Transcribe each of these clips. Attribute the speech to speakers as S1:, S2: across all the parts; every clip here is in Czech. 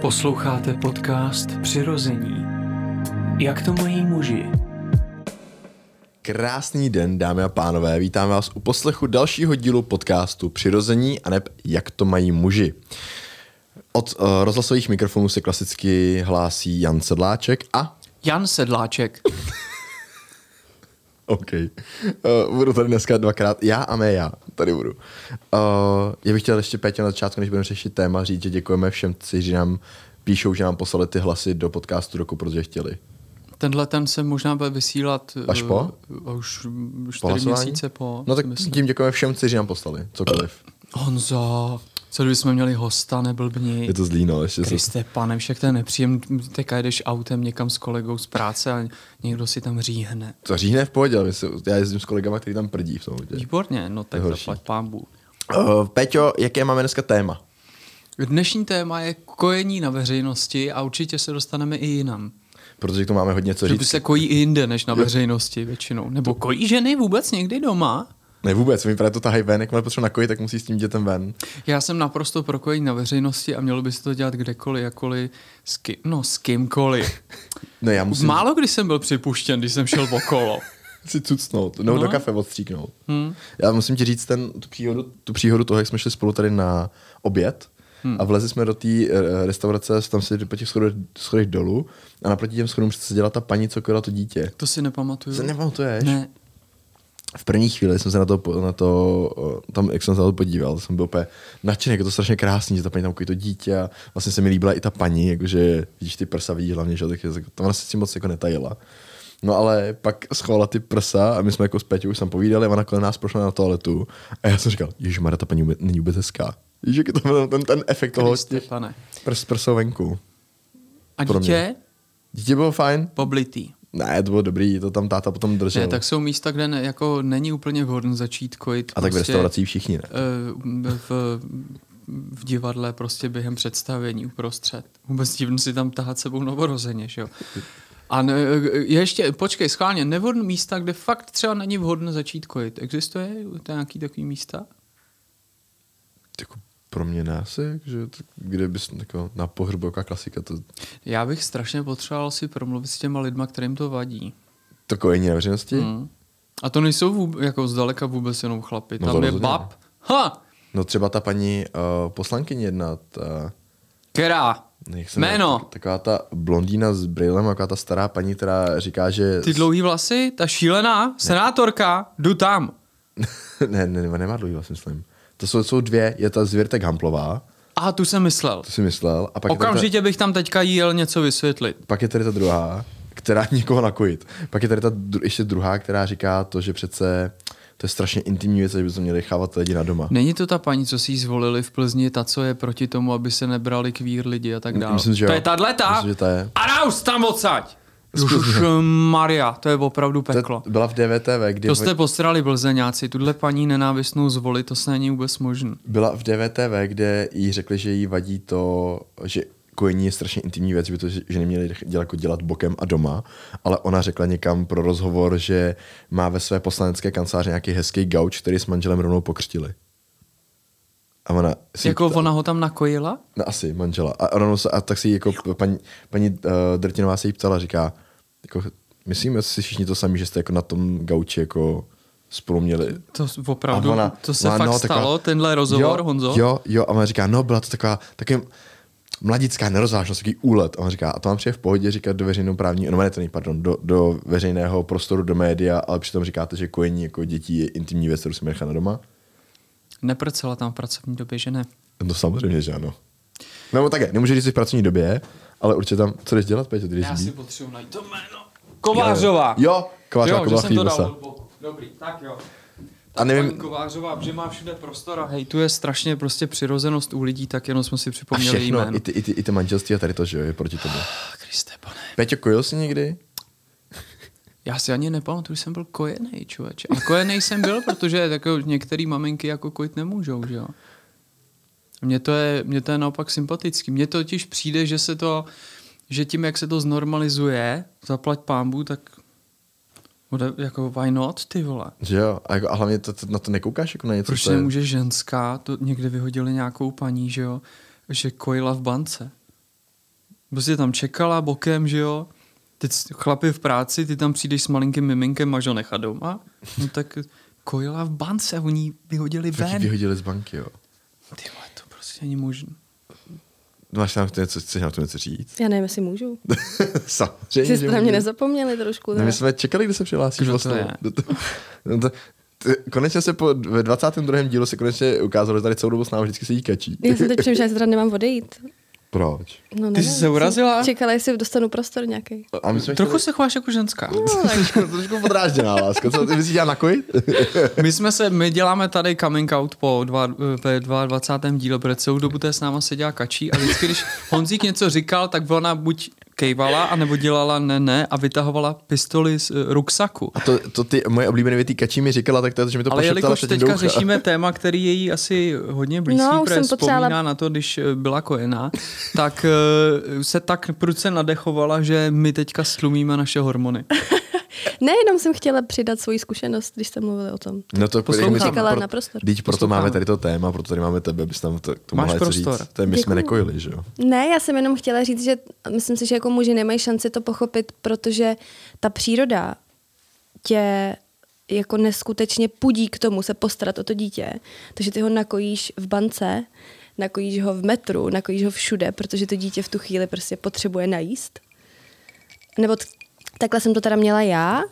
S1: Posloucháte podcast Přirození. Jak to mají muži?
S2: Krásný den, dámy a pánové, vítám vás u poslechu dalšího dílu podcastu Přirození a neb Jak to mají muži. Od uh, rozhlasových mikrofonů se klasicky hlásí Jan Sedláček a...
S1: Jan Sedláček.
S2: OK. Uh, budu tady dneska dvakrát já a ne já. Tady budu. Uh, já bych chtěl ještě Pétě na začátku, než budeme řešit téma, říct, že děkujeme všem, kteří nám píšou, že nám poslali ty hlasy do podcastu roku, protože chtěli.
S1: Tenhle ten se možná bude vysílat
S2: Až
S1: eh,
S2: po?
S1: už
S2: Po
S1: 4
S2: hlasování?
S1: měsíce po.
S2: No tak
S1: si myslím.
S2: tím děkujeme všem, kteří nám poslali, cokoliv.
S1: Honzo, co kdyby jsme měli hosta, neblbni.
S2: Je to zlý, no, ještě se
S1: Kriste, pane, však to je nepříjemný. Teďka jdeš autem někam s kolegou z práce a někdo si tam říhne.
S2: To říhne v pohodě, ale my se, já jezdím s kolegama, který tam prdí v tom autě.
S1: Výborně, no tak
S2: To je horší.
S1: zaplať pámbu.
S2: Uh, Peťo, jaké máme dneska téma?
S1: Dnešní téma je kojení na veřejnosti a určitě se dostaneme i jinam.
S2: Protože k tomu máme hodně co
S1: Že to
S2: říct.
S1: se kojí i jinde, než na veřejnosti většinou. Nebo kojí ženy vůbec někdy doma?
S2: Ne vůbec, my právě to tahají ven, jakmile potřebuji nakojit, tak musí s tím dětem ven.
S1: Já jsem naprosto pro kojení na veřejnosti a mělo by se to dělat kdekoliv, jakkoliv, s kým, no s kýmkoliv.
S2: Ne, já musím Má...
S1: Málo kdy jsem byl připuštěn, když jsem šel okolo.
S2: si cucnout, nebo no. do kafe odstříknout. Hmm. Já musím ti říct ten, tu, příhodu, tu příhodu toho, jak jsme šli spolu tady na oběd hmm. a vlezli jsme do té eh, restaurace, tam si po těch schodech, schodech dolů a naproti těm schodům seděla ta paní, co kojila to dítě.
S1: To si nepamatuju.
S2: Se nepamatuješ?
S1: Hmm. ne.
S2: v první chvíli jsem se na to, po- na to eh, tam, jak jsem se na to podíval, jsem byl úplně nadšený, jak je to strašně krásný, že ta paní tam kojí to dítě a vlastně se mi líbila i ta paní, jakože vidíš ty prsa, vidíš hlavně, že jo, tak je- tak ona se s tím moc jako netajila. No ale pak schovala ty prsa a my jsme jako s Peťou už tam povídali a ona kolem nás prošla na toaletu a já jsem říkal, že ta paní vůbec- není vůbec hezká. Víš, jak je to ten, ten efekt toho
S1: Kriste, pane.
S2: prs, prsou venku.
S1: A
S2: Pro mě.
S1: dítě?
S2: Dítě bylo fajn?
S1: Poblitý.
S2: Ne, to bylo dobrý, to tam táta potom držel.
S1: Ne, tak jsou místa, kde ne, jako není úplně vhodné začít kojit. Prostě
S2: a tak v restauracích všichni, ne?
S1: eh, v, v divadle prostě během představení uprostřed. Vůbec divný si tam tahat sebou novorozeně, že jo. A ne, je ještě, počkej, schválně, nevhodné místa, kde fakt třeba není vhodné začít kojit. Existuje to nějaký takový místa?
S2: jako pro mě násek, že to, kde bys jako na pohřbu jaká klasika, to,
S1: Já bych strašně potřeboval si promluvit s těma lidma, kterým to vadí.
S2: to kojení na veřejnosti. Mm.
S1: Hmm. A to nejsou vůb, jako zdaleka vůbec jenom chlapy.
S2: No
S1: Tam
S2: to
S1: je
S2: rozhodně ne.
S1: bab. Ha!
S2: No třeba ta paní uh, poslankyně jedna, ta,
S1: Která?
S2: jak se jmenuje,
S1: Jméno.
S2: tak- taková ta blondýna s brýlem, taková ta stará paní, která říká, že...
S1: Ty dlouhý vlasy, ta šílená senátorka, jdu tam.
S2: ne, ne, ne, nemá dlouhý vás, myslím. To jsou, jsou dvě, je ta Zvěrtek Hamplová,
S1: A tu jsem myslel.
S2: to si myslel, a pak je, tady ta,
S1: Okamžitě bych tam teďka jel něco vysvětlit.
S2: pak je tady ta druhá, která někoho nakojit. Pak je tady ta dru, ještě druhá, která říká to, že přece to je strašně intimní věc, že by se měli chávat lidi na doma.
S1: Není to ta paní, co si ji zvolili v Plzni, ta, co je proti tomu, aby se nebrali kvír lidi a tak dále.
S2: myslím, že
S1: to
S2: jo.
S1: je tahleta?
S2: Myslím, že ta je.
S1: A naus tam odsaď!
S2: Zkusme.
S1: Maria, to je opravdu peklo.
S2: To byla v DVTV, kdy
S1: To
S2: oni-
S1: jste postrali blzeňáci, tuhle paní nenávistnou zvolit, to se není vůbec možné.
S2: byla v DVTV, kde jí řekli, že jí vadí to, že kojení je strašně intimní věc, že by to že- ženy měly dech- dělat, jako dělat bokem a doma, ale ona řekla někam pro rozhovor, že má ve své poslanecké kanceláři nějaký hezký gauč, který s manželem rovnou pokřtili. A ona si
S1: Jako ona ho tam nakojila?
S2: No asi, manžela. A, rovnou se, a tak si jí jako p- paní, paní uh, Drtinová se jí ptala, říká, jako, myslíme si všichni to sami, že jste jako na tom gauči jako spolu měli
S1: To s- opravdu,
S2: a no,
S1: ona, to se fakt stalo, tenhle rozhovor,
S2: jo,
S1: Honzo?
S2: Jo, jo, a ona říká, no byla to taková, takový mladická nerozvážnost, takový úlet. A on říká, a to mám přijde v pohodě říkat do veřejnou právní, no ne, to není, pardon, do, do, veřejného prostoru, do média, ale přitom říkáte, že kojení jako dětí je intimní věc, kterou si nechat na doma.
S1: Neprcela tam v pracovní době, že ne?
S2: No samozřejmě, že ano. Nebo také, nemůže říct si v pracovní době, ale určitě tam, co jdeš dělat, Peťo, ty jdeš
S1: Já
S2: bít?
S1: si potřebuji najít to jméno. Kovářová.
S2: Jo, Kovářová,
S1: jo, že
S2: Kovářová
S1: jsem to dal
S2: Chlíbesa.
S1: do boku. Dobrý, tak jo. Tak
S2: A nevím-
S1: paní Kovářová, že má všude prostor a hej, tu je strašně prostě přirozenost u lidí, tak jenom jsme si
S2: A
S1: připomněli
S2: všechno,
S1: jméno.
S2: i ty, i, ty, i ty manželství a tady to, že jo, je proti tomu.
S1: Ach, Kriste, pane.
S2: Peťo, kojil jsi někdy?
S1: Já si ani nepamatuju, že jsem byl kojenej, člověče. A kojenej jsem byl, protože jako některé maminky jako kojit nemůžou, že jo. Mně to, je, mně to je naopak sympatický. Mně totiž přijde, že se to, že tím, jak se to znormalizuje, zaplať pámbu, tak bude jako why not, ty vole.
S2: Že jo, a, jako, a hlavně to, to, na to nekoukáš jako na něco,
S1: Proč
S2: co je-
S1: nemůže ženská, to někde vyhodili nějakou paní, že jo, že kojila v bance. prostě tam čekala bokem, že jo. Teď chlapy v práci, ty tam přijdeš s malinkým miminkem, máš ho nechat doma. No tak kojila v bance, oni ji vyhodili
S2: Fakt ji
S1: ven.
S2: vyhodili z banky, jo.
S1: Ty vole, to prostě není možné.
S2: Máš nám to něco, chceš nám to něco říct?
S3: Já nevím, jestli můžu.
S2: Samozřejmě.
S3: Vy
S2: že
S3: jste na mě
S2: můžu.
S3: nezapomněli trošku.
S2: No,
S3: Teda.
S2: my jsme čekali, kdy se přihlásíš
S1: Kdo to
S2: vlastně.
S1: je?
S2: Do to- no to- t- Konečně se po, ve 22. dílu se konečně ukázalo, že tady celou dobu s námi vždycky sedí kačí.
S3: Já jsem teď přemýšlela, že teda nemám odejít.
S2: Proč?
S3: No,
S1: Ty jsi se urazila?
S3: Jsem Čekala, jestli dostanu prostor nějaký.
S2: A my jsme
S1: Trochu se chováš jako ženská.
S3: No, tak
S2: chtěli... trošku podrážděná láska. Co ty myslíš, já na kojit?
S1: My jsme se, my děláme tady coming out po dva, ve 22. díle, protože celou dobu té s náma seděla kačí a vždycky, když Honzík něco říkal, tak ona buď kejvala, anebo dělala ne, ne a vytahovala pistoli z eh, ruksaku.
S2: A to, to ty moje oblíbené věty kačí mi říkala, tak to, je to, že mi to
S1: Ale
S2: pošeptala
S1: jelikož
S2: předtím
S1: teďka
S2: do ucha.
S1: řešíme téma, který je jí asi hodně blízký,
S3: No,
S1: no,
S3: už
S1: protože
S3: jsem potřebovala-
S1: vzpomíná na to, když eh, byla kojená, tak eh, se tak prudce nadechovala, že my teďka slumíme naše hormony.
S3: Ne, jenom jsem chtěla přidat svoji zkušenost, když jste mluvili o tom.
S2: No to
S1: Poslouchám.
S2: my jsme-
S3: Čekala
S2: pro-
S3: na prostor.
S2: Teď proto
S1: Posloucháme.
S2: máme tady to téma, proto tady máme tebe, abys tam to, to
S1: Máš
S2: mohla něco
S1: prostor.
S2: říct. To je, my
S3: Děkuju.
S2: jsme nekojili, že jo?
S3: Ne, já jsem jenom chtěla říct, že myslím si, že jako muži nemají šanci to pochopit, protože ta příroda tě jako neskutečně pudí k tomu se postarat o to dítě. Takže ty ho nakojíš v bance, nakojíš ho v metru, nakojíš ho všude, protože to dítě v tu chvíli prostě potřebuje najíst. Nebo t- takhle jsem to teda měla já,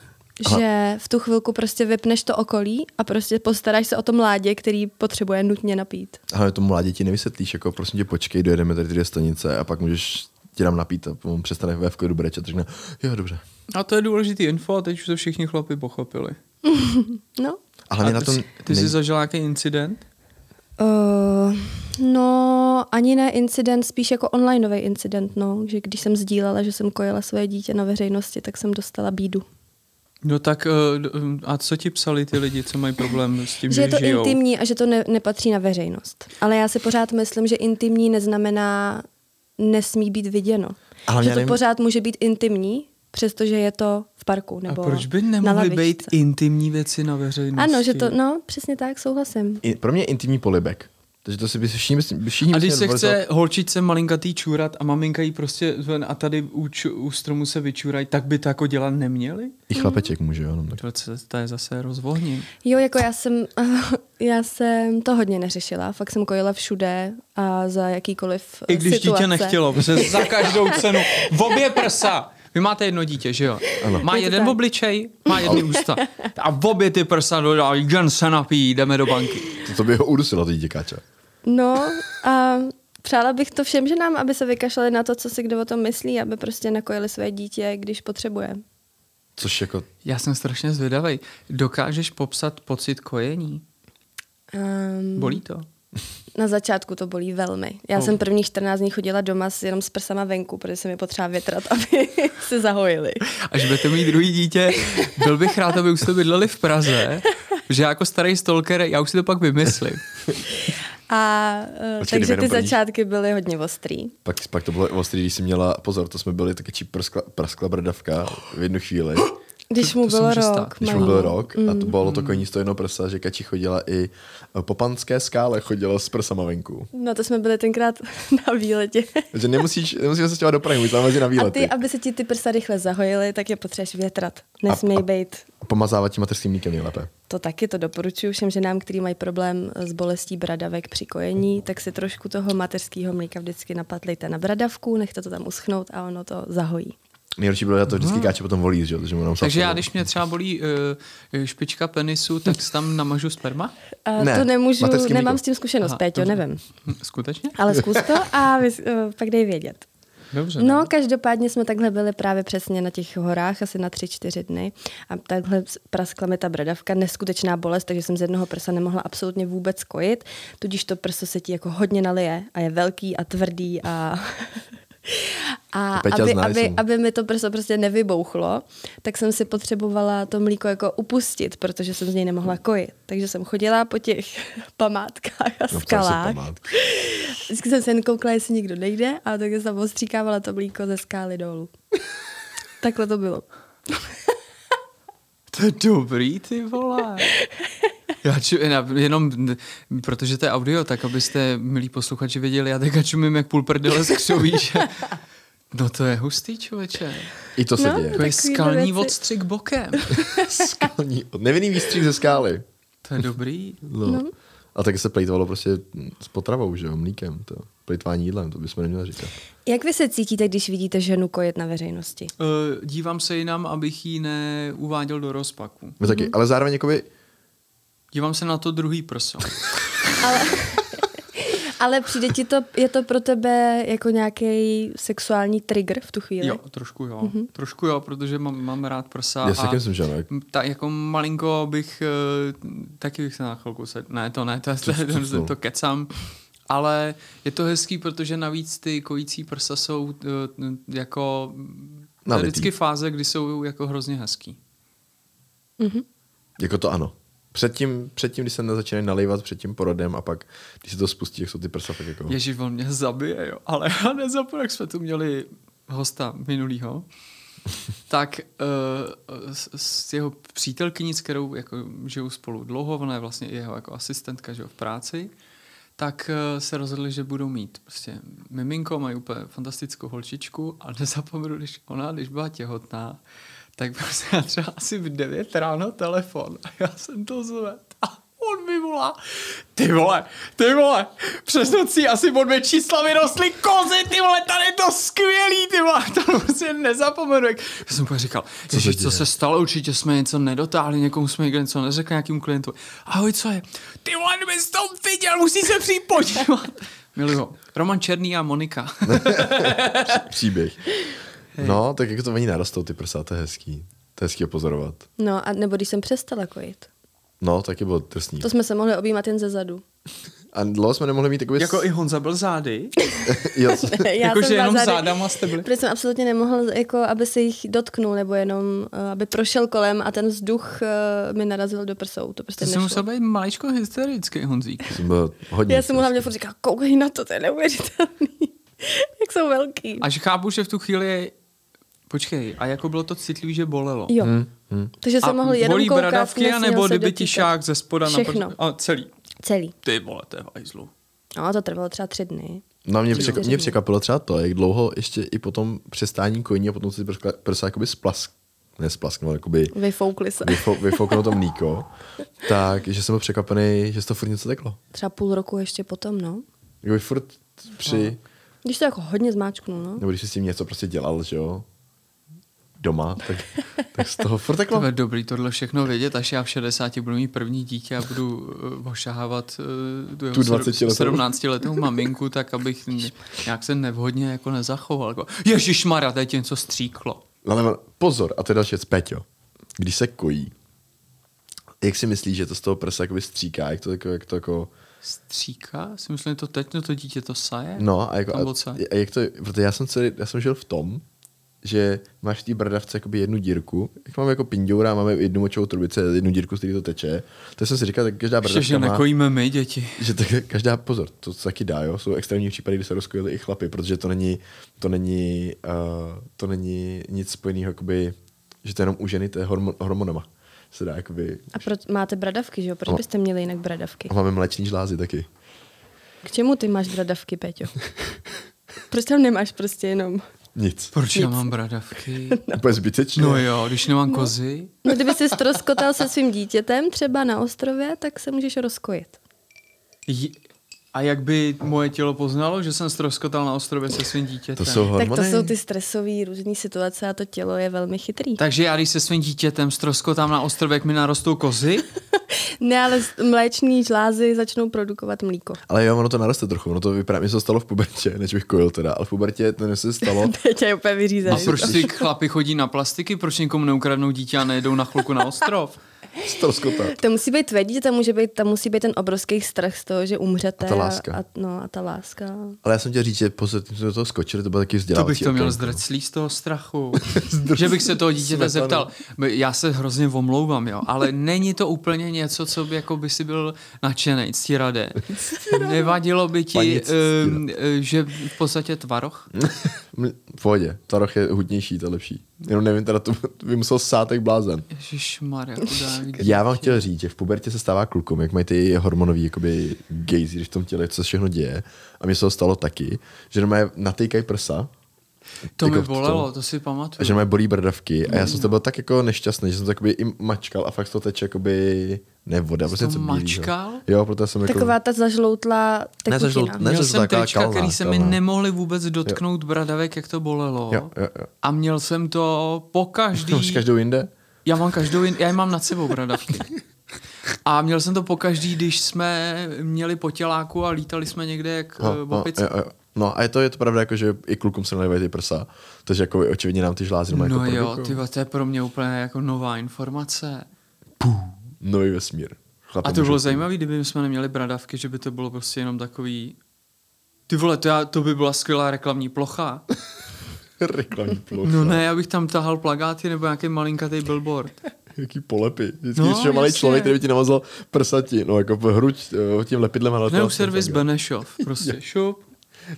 S2: Aha.
S3: že v tu chvilku prostě vypneš to okolí a prostě postaráš se o to mládě, který potřebuje nutně napít.
S2: Ale tomu mláděti nevysvětlíš, jako prosím tě počkej, dojedeme tady ty dvě stanice a pak můžeš ti dám napít a on přestane ve vkodu brečet. Řekne, jo, dobře.
S1: A to je důležitý info a teď už to všichni chlapi pochopili.
S3: No,
S2: A hlavně
S1: a
S2: na
S1: ty
S2: tom...
S1: jsi- Ty jsi
S2: nej-
S1: zažil nějaký incident?
S3: Uh, no, ani ne incident, spíš jako onlineový incident, no. Že když jsem sdílela, že jsem kojila své dítě na veřejnosti, tak jsem dostala bídu.
S1: No tak eh, d- hm, a co ti psali ty lidi, co mají problém s tím,
S3: Že
S1: že,
S3: je to
S1: žijou?
S3: intimní a že to ne, nepatří na veřejnost. Ale já si pořád myslím, že intimní neznamená, nesmí být viděno.
S2: Ale
S3: že
S2: já
S3: to
S2: nevím-
S3: pořád může být intimní, přestože je to v parku
S1: A
S3: nebo
S1: proč by
S3: na
S1: nemohly
S3: lavičce.
S1: být intimní věci na veřejnosti?
S3: Ano, že to, no, přesně tak, souhlasím.
S2: I- Pro mě je intimní polibek. Takže to si by všichni, všichni, všichni
S1: A když
S2: by
S1: se
S2: měli
S1: chce
S2: dovolit-
S1: holčice malinkatý čůrat a maminka jí prostě ven a tady u, ču, u stromu se vyčůrají, tak by to jako dělat neměli?
S2: I chlapeček může, jo. No, tak.
S1: To, to, to je zase rozvohní.
S3: Jo, jako já jsem, já jsem to hodně neřešila. Fakt jsem kojila všude a za jakýkoliv
S1: I když
S3: Eh, situace.
S1: dítě nechtělo, protože za každou cenu. V obě prsa. Vy máte jedno dítě, že jo? Ano. Má
S3: Je to
S1: jeden
S3: tak.
S1: obličej, má jedny ústa. A v obě ty prsa dodá, jen se napí, jdeme do banky.
S2: To, to by ho udusilo, to dítě Káča.
S3: No a přála bych to všem ženám, aby se vykašlali na to, co si kdo o tom myslí, aby prostě nakojili své dítě, když potřebuje.
S2: Což jako...
S1: Já jsem strašně zvědavý. Dokážeš popsat pocit kojení?
S3: Um,
S1: Bolí to?
S3: Na začátku to bolí velmi. Já
S1: Oh.
S3: jsem prvních 14 dní chodila doma s, jenom s prsama venku, protože se mi potřeba větrat, aby se zahojili.
S1: Až budete mít druhý dítě, byl bych rád, aby už jste bydleli v Praze, že já jako starý stalker, já už si to pak vymyslím.
S3: A uh,
S2: Počkej, kdyby
S3: takže ty
S2: jenom první-
S3: začátky byly hodně ostrý.
S2: Pak, pak to bylo ostrý, když jsi měla, pozor, to jsme byli taky čí prskla, praskla brdavka v jednu chvíli,
S3: Když
S1: To-
S3: mu
S1: to se
S3: bylo
S1: může stát.
S3: rok.
S2: když mu
S3: malý. Mm,
S2: byl rok a to bylo to koní z toho jednoho prsa, že Kači chodila i eh, po panské skále, chodila s prsama venku.
S3: No to jsme byli tenkrát na výletě.
S2: Takže nemusíš, nemusíš se stěhovat do Prahy, musíš tam jezdit na
S3: A
S2: výlety.
S3: ty, aby se ti ty prsa rychle zahojily, tak je potřebuješ větrat.
S2: A- a-
S3: Nesměj být.
S2: Pomazávat tím materským mlíkem nejlépe.
S3: To taky, to doporučuji všem ženám, který mají problém s bolestí bradavek při kojení, tak si trošku toho mateřského mlíka vždycky napatlejte na bradavku, nechte to tam uschnout a ono to zahojí.
S2: Nejhorší bylo, že to
S3: No.
S2: vždycky Káče potom volí, že jo, takže mu nám
S1: Takže já, když mě třeba bolí eh, špička penisu, tak si tam namažu sperma?
S3: A
S2: Ne,
S3: to nemůžu,
S2: mateřský
S3: nemám
S2: mlíko.
S3: s tím zkušenost,
S1: Aha,
S3: Péťo,
S1: dobře.
S3: nevím.
S1: Hm, Skutečně?
S3: Ale zkus to a vys, eh, pak dej vědět.
S1: Dobře.
S3: No, každopádně jsme takhle byli právě přesně na těch horách, asi na tři, čtyři dny. A takhle praskla mi ta bradavka, neskutečná bolest, takže jsem z jednoho prsa nemohla absolutně vůbec kojit. Tudíž to prso se ti jako hodně nalije a je velký a tvrdý a... A
S2: To Peťa
S3: aby,
S2: zná,
S3: aby,
S2: jsem.
S3: aby mi to prso prostě nevybouchlo, tak jsem si potřebovala to mlíko jako upustit, protože jsem z něj nemohla kojit. Takže jsem chodila po těch památkách a
S2: No,
S3: skalách.
S2: památky.
S3: Vždycky jsem se jen koukla, jestli nikdo nejde, a tak jsem ostříkávala to mlíko ze skály dolů. Takhle to bylo.
S1: To je dobrý, ty vole. Já ču, jen- jenom, n- protože to je audio, tak abyste, milí posluchači, věděli, já teďka čumím jak půl prdele z křoví, že No to je hustý člověče.
S2: I to se
S3: No.
S2: děje.
S1: To je
S3: Takovýhle
S1: skalní
S3: věci.
S1: odstřik bokem.
S2: Skalní, nevinný výstřih ze skály.
S1: To je dobrý.
S2: No. no. A tak se plejtovalo prostě s potravou, že jo, mlíkem, to plejtvání jídlem, to bychom neměli říkat.
S3: Jak vy se cítíte, když vidíte ženu kojet na veřejnosti?
S1: Eh, Dívám se jinam, abych ji neuváděl do rozpaku.
S2: No
S3: Mhm.
S2: taky, ale zároveň jakoby,
S1: Dívám se na to druhý prso.
S3: Ale přijde ti to, je to pro tebe jako nějaký sexuální trigger v tu chvíli?
S1: Jo, trošku jo.
S3: Mhm.
S1: Trošku jo, protože mám, mám rád prsa.
S2: já si
S1: No a-
S2: taky myslím, že ano, jak-
S1: M, Ta, jako malinko bych, eh, taky bych se na chvilku sed... Ne, to ne, to, to,
S2: jsi
S1: to, to,
S2: cuknul?
S1: to kecám. Ale je to hezký, protože navíc ty kojící prsa jsou eh, n- jako... To je
S2: Nalitý.
S1: vždycky fáze, kdy jsou jako hrozně hezký.
S2: jako to ano. Předtím, předtím, když se nezačínají nalejvat před tím porodem a pak, když se to spustí, jak jsou ty prsa, tak jako...
S1: Ježíš, on mě zabije, jo. Ale já nezapomenu, jak jsme tu měli hosta minulýho, tak uh, s, s jeho přítelkyní, s kterou jako, žijou spolu dlouho, ona je vlastně i jeho jako asistentka že jo, v práci, tak uh, se rozhodli, že budou mít prostě miminko, mají úplně fantastickou holčičku a nezapomenu, když ona, když byla těhotná, tak prostě já třeba asi v 9 ráno telefon a já jsem to zvedl. A On mi volá, ty vole, ty vole, přes nocí asi od dvě čísla vyrostly kozy, ty vole, tady je to skvělý, ty vole, to prostě nezapomenu. jak- Já jsem pak říkal, co,
S2: se
S1: Ježiš, co
S2: děje?
S1: se stalo, určitě jsme něco nedotáhli, někomu jsme někde něco neřekli, nějakým klientovi. Ahoj, co je? Ty vole, kdyby jsi to viděl, musí se přijít podívat. Miluju. Roman Černý a Monika.
S2: příběh. No, tak jako to oni narostou ty prsa, to je hezký. To je hezký je pozorovat.
S3: No a nebo když jsem přestala kojit.
S2: No, taky bylo drsný.
S3: To jsme se mohli objímat jen ze zadu.
S2: A dlouho jsme nemohli mít takový...
S1: jako i Honza byl zády.
S2: jo, co-
S1: Jakože
S3: byla
S1: jenom
S3: zády-
S1: zádama jste byli?
S3: Protože jsem absolutně nemohl, jako, aby se jich dotknul, nebo jenom, eh, aby prošel kolem a ten vzduch eh, mi narazil do prsou. To prostě
S1: To jsem musel
S3: nešlo.
S1: být maličko hysterický, Honzík.
S2: jsem byl hodně...
S3: Já jsem mu hlavně furt říkala, koukej na to, to je neuvěřitelný. Jak jsou velký.
S1: Až chápu, že v tu chvíli je... Počkej, a jako bylo to citlivý, že bolelo.
S3: Jo. Takže
S1: Hmm, a
S3: jsem mohl jenom
S1: bolí
S3: koukat,
S1: bradavky,
S3: nesměl
S1: anebo
S3: se
S1: kdyby
S3: dotýkat.
S1: ti šák ze spoda
S3: Všechno.
S1: na A celý.
S3: Celý.
S1: Ty vole, to je hajzlu.
S3: No a to trvalo třeba tři dny.
S2: No mě,
S3: Jo.
S2: překa- mě překvapilo třeba to, jak dlouho ještě i potom přestání kojení a potom se ty prsa, prsa jakoby splask, ne splask, ale jakoby
S3: Vyfoukli se.
S2: vyfou, vyfouknulo to mlíko, tak že jsem byl překvapený, že z toho furt něco teklo.
S3: Třeba půl roku ještě potom, no.
S2: Jakoby furt při,
S3: Když to jako hodně zmáčknu, no.
S2: nebo když jsi s tím něco prostě dělal, že jo, doma, tak, tak z toho furt
S3: No.
S2: teklo.
S1: To je dobrý tohle všechno vědět, až já v 60 budu mít první dítě a budu uh, ošahávat uh, tu, jeho
S2: Tu
S1: sedm-
S2: 20letou.
S1: 17-letou maminku, tak abych n- nějak se nevhodně jako nezachoval. Jako, Ježišmarja, teď něco stříklo.
S2: No, ale pozor, a to je další věc, Peťo, když se kojí, jak si myslíš, že to z toho prsa jakoby stříká, jak to, jako, jak to jako,
S1: Stříká? Si myslím, že to teď, no to dítě to saje?
S2: No a, jako,
S1: Nebo
S2: a,
S1: co?
S2: a jak to, protože já jsem, celý, já jsem žil v tom, že máš v té bradavce jakoby jednu dírku, jak máme jako pindoura, máme jednu močovou trubice, jednu dírku, z které to teče, to jsem si říkal, tak každá
S1: Ještě, že
S2: bradavka má,
S1: nekojíme my, děti.
S2: že tak každá, pozor, to se taky dá, jo, jsou extrémní případy, kdy se rozkojili i chlapy, protože to není, to není, uh, to není nic spojeného, jakoby, že to je jenom u ženy, to je hormon, hormonama, se dá jakoby,
S3: A proč máte bradavky, že jo? Proč
S2: No.
S3: byste měli jinak bradavky?
S2: a máme mléční žlázy taky.
S3: K čemu ty máš bradavky, Peťo? Proč tam nemáš prostě jenom?
S2: Nic.
S1: Proč já mám bradavky?
S2: Úplně zbytečně.
S1: No jo, když nemám kozy.
S3: No, kdyby jsi stroskotal se svým dítětem třeba na ostrově, tak se můžeš rozkojit.
S1: Je- A jak by moje tělo poznalo, že jsem stroskotal na ostrově se svým dítětem?
S2: To jsou hormony.
S3: Tak to jsou ty stresové různé situace a to tělo je velmi chytrý. Tak.
S1: Takže já, když se svým dítětem stroskotám na ostrově, jak mi narostou kozy?
S3: Ne, ale s- mléční žlázy začnou produkovat mlíko.
S2: Ale jo, ono to naroste trochu, ono to vypadá, mi se to stalo v pubertě, než bych kojil teda, ale v pubertě to mi se stalo,
S3: Peťa je úplně
S1: A
S3: vyřízený.
S1: proč ty chlapi chodí na plastiky? Proč někomu neukradnou dítě a nejedou na chvilku na ostrov?
S2: stroskotat.
S3: To musí být tvrdí, tam, může být, tam musí být ten obrovský strach z toho, že umřete.
S2: A ta láska.
S3: A, a, no, a ta láska.
S1: Jako-
S2: Ale já jsem chtěl říct, že pozor, tím jsme do toho skočili, to byl taky
S1: To
S2: vzdělávací.
S1: bych to měl
S2: okénko.
S1: zdrclý z toho strachu. že bych se toho dítěte
S2: Smetanu.
S1: zeptal. Já se hrozně omlouvám, jo, ale není to úplně něco, co by, jako by si byl nadšený, ctirade. Nevadilo by ti,
S2: Panic ctirad.
S1: um, že v podstatě tvaroch?
S2: M- V pohodě, Taroch je hudnější, to je lepší. Jenom nevím, teda to by musel sát jak blázen.
S1: Ježišmarja, chudák.
S2: Já vám chtěl říct, že v pubertě se stává klukům, jak mají ty hormonový jakoby gejzíry v tom těle, co se všechno děje. A mně se to stalo taky, že normálně natýkají prsa
S1: To mi
S2: jako v tom.
S1: bolelo, to si
S2: A
S1: pamatuju.
S2: že mají bolí brdavky a já
S1: Hmm.
S2: jsem to byl tak jako nešťastný, že jsem to jakoby i mačkal a fakt to teče jakoby ne voda, prostě
S1: to
S2: něco bílýho.
S1: mačkal?
S2: Jo, protože jsem jako...
S3: Taková ta zažloutlá
S2: Ne, zažlout-
S3: tekutina.
S2: ne,
S1: Měl
S2: že
S1: jsem
S2: taková
S1: trička,
S2: kalná,
S1: který se mi
S2: kalná.
S1: nemohli vůbec dotknout bradavek, jak to bolelo.
S2: Jo, jo, jo.
S1: A měl jsem to po
S2: To už
S1: každý.
S2: každou jinde?
S1: Já mám každou, jin- já je mám nad sebou bradavky. A měl jsem to po každý, když jsme měli potěláku a lítali jsme někde jak
S2: No,
S1: eh,
S2: no,
S1: opice.
S2: jo, jo. no a je to, je to pravda, jako, že i klukům se nalivají ty prsa, takže jako očividně nám ty žlázy
S1: No
S2: no jako
S1: jo,
S2: produkují.
S1: ty vole, to je pro mě úplně jako nová informace.
S2: Nový No vesmír. Chlapi
S1: A to
S2: můžou-
S1: bylo zajímavé, kdyby jsme neměli bradavky, že by to bylo prostě jenom takový... Ty vole, to, já, to by byla skvělá reklamní plocha.
S2: Reklamní plocha.
S1: No ne, já bych tam tahal plagáty nebo nějaký malinkatý billboard.
S2: Jaký polepy. Vždycky,
S1: No,
S2: no, když je malý
S1: jasně.
S2: člověk, který by ti namazal prsati, no jako v hruď eh, tím lepidlem. ale to
S1: Ne,
S2: já
S1: u
S2: jsem
S1: servis
S2: tak-
S1: Benešov. Prostě šup,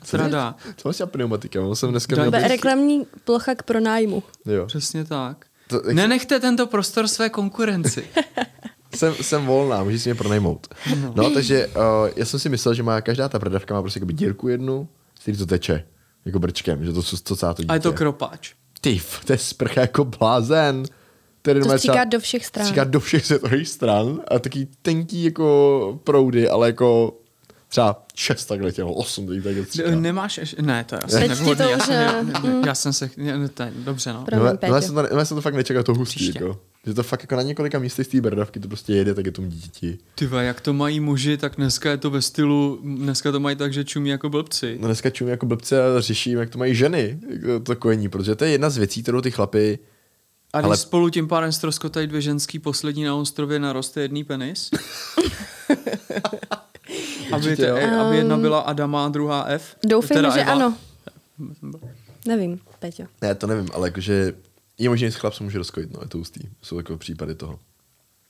S2: Co je-
S1: trada.
S2: Co máš za pneumatika? Mám jsem dneska
S1: Dá-
S2: měl...
S3: To je
S2: být-
S3: reklamní plocha k pronájmu.
S2: Jo.
S1: Přesně tak.
S2: To, jak-
S1: Nenechte tento prostor své konkurenci.
S2: jsem, jsem volná, můžeš si mě pronajmout. No, takže uh, já jsem si myslel, že má každá ta bradavka má prostě jakoby dírku jednu, z který to teče. Jako brčkem, že to co co celá to dítě.
S1: A je to kropáč.
S2: Ty, v- to je sprcha jako blázen. Tady
S3: To
S2: normálně
S3: stříká
S2: třeba-
S3: do všech stran.
S2: Stříká do všech světových stran a taky tenký jako proudy, ale jako třeba šest takhle těho, osm takových takhle stříká.
S1: Ne- Eh, Nemáš, ještě- ne, to je asi
S3: Teď ti
S1: nevhodný.
S3: to
S1: Já,
S3: už eh, mm.
S1: jsem,
S3: ne-
S1: já, já jsem se, ne, to je, dobře no.
S3: Promiň,
S2: no, ale,
S3: Péťo.
S2: jsem to, ale jsem to fakt nečekal, je to hustý.
S1: Příště.
S2: Jako. Že to fakt jako na několika místech z té bradavky to prostě jede tak je tomu dítěti.
S1: Ty vole, jak to mají muži, tak dneska je to ve stylu, dneska to mají tak, že čumí jako blbci.
S2: No dneska čumím jako blbce a řeším, jak to mají ženy, jako to kojení, protože to je jedna z věcí, kterou ty chlapy...
S1: A když
S2: Ale-
S1: spolu tím pádem ztroskotají dvě ženský poslední na ostrově, naroste jedný penis? aby,
S2: Určitě
S1: te, aby jedna byla Adama a druhá F?
S3: Um, Doufejme,
S1: Teda
S3: že
S1: Eva.
S3: ano. Nevím, Peťo.
S2: Ne, to nevím, ale jakože je možné, že chlap se může rozkojit, no, je to hustý. Jsou takové případy toho.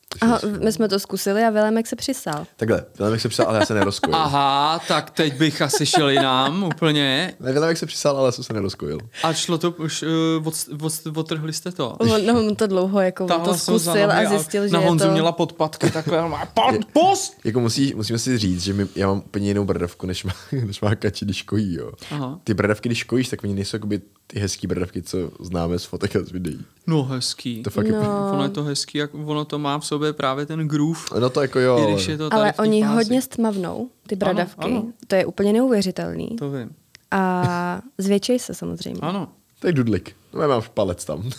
S2: Takže
S3: Aha,
S2: hezký.
S3: my jsme to zkusili a Vilemek se přisál.
S2: Takhle, Vilemek se přisál, ale já se nerozkojil.
S1: Aha, tak teď bych asi šel jinam úplně.
S2: Ne, Vilemek se přisál, ale já jsem se nerozkojil.
S1: A šlo to, už uh, od, od, odtrhli jste to.
S3: On, no, on to dlouho jako on to
S1: Táhla jsem za
S3: zkusil
S1: nohy
S3: a zjistil, že
S1: na
S3: je
S1: Honzu
S3: to...
S1: měla podpatky takhle, má pod, post!
S2: Jako musí, musíme si říct, že my, já mám úplně jinou bradavku, než má, než má kači, když kojí, jo.
S1: Aha.
S2: Ty bradavky, když kojíš, tak oni nejsou jakoby ty hezký bradavky, co známe z fotek a z videí.
S1: No hezký.
S2: To fakt je...
S3: No,
S1: Ono je to hezký, jak ono to má v sobě právě ten groove.
S2: No to jako jo,
S1: I když je
S2: ale...
S1: to tady
S3: ale
S1: v té
S3: oni
S1: fázi.
S3: hodně stmavnou, ty bradavky.
S1: ano.
S3: To je úplně neuvěřitelný.
S1: To vím.
S3: A zvětšej se samozřejmě.
S2: No.
S1: Ano,
S2: to je dudlik. No já mám palec tam.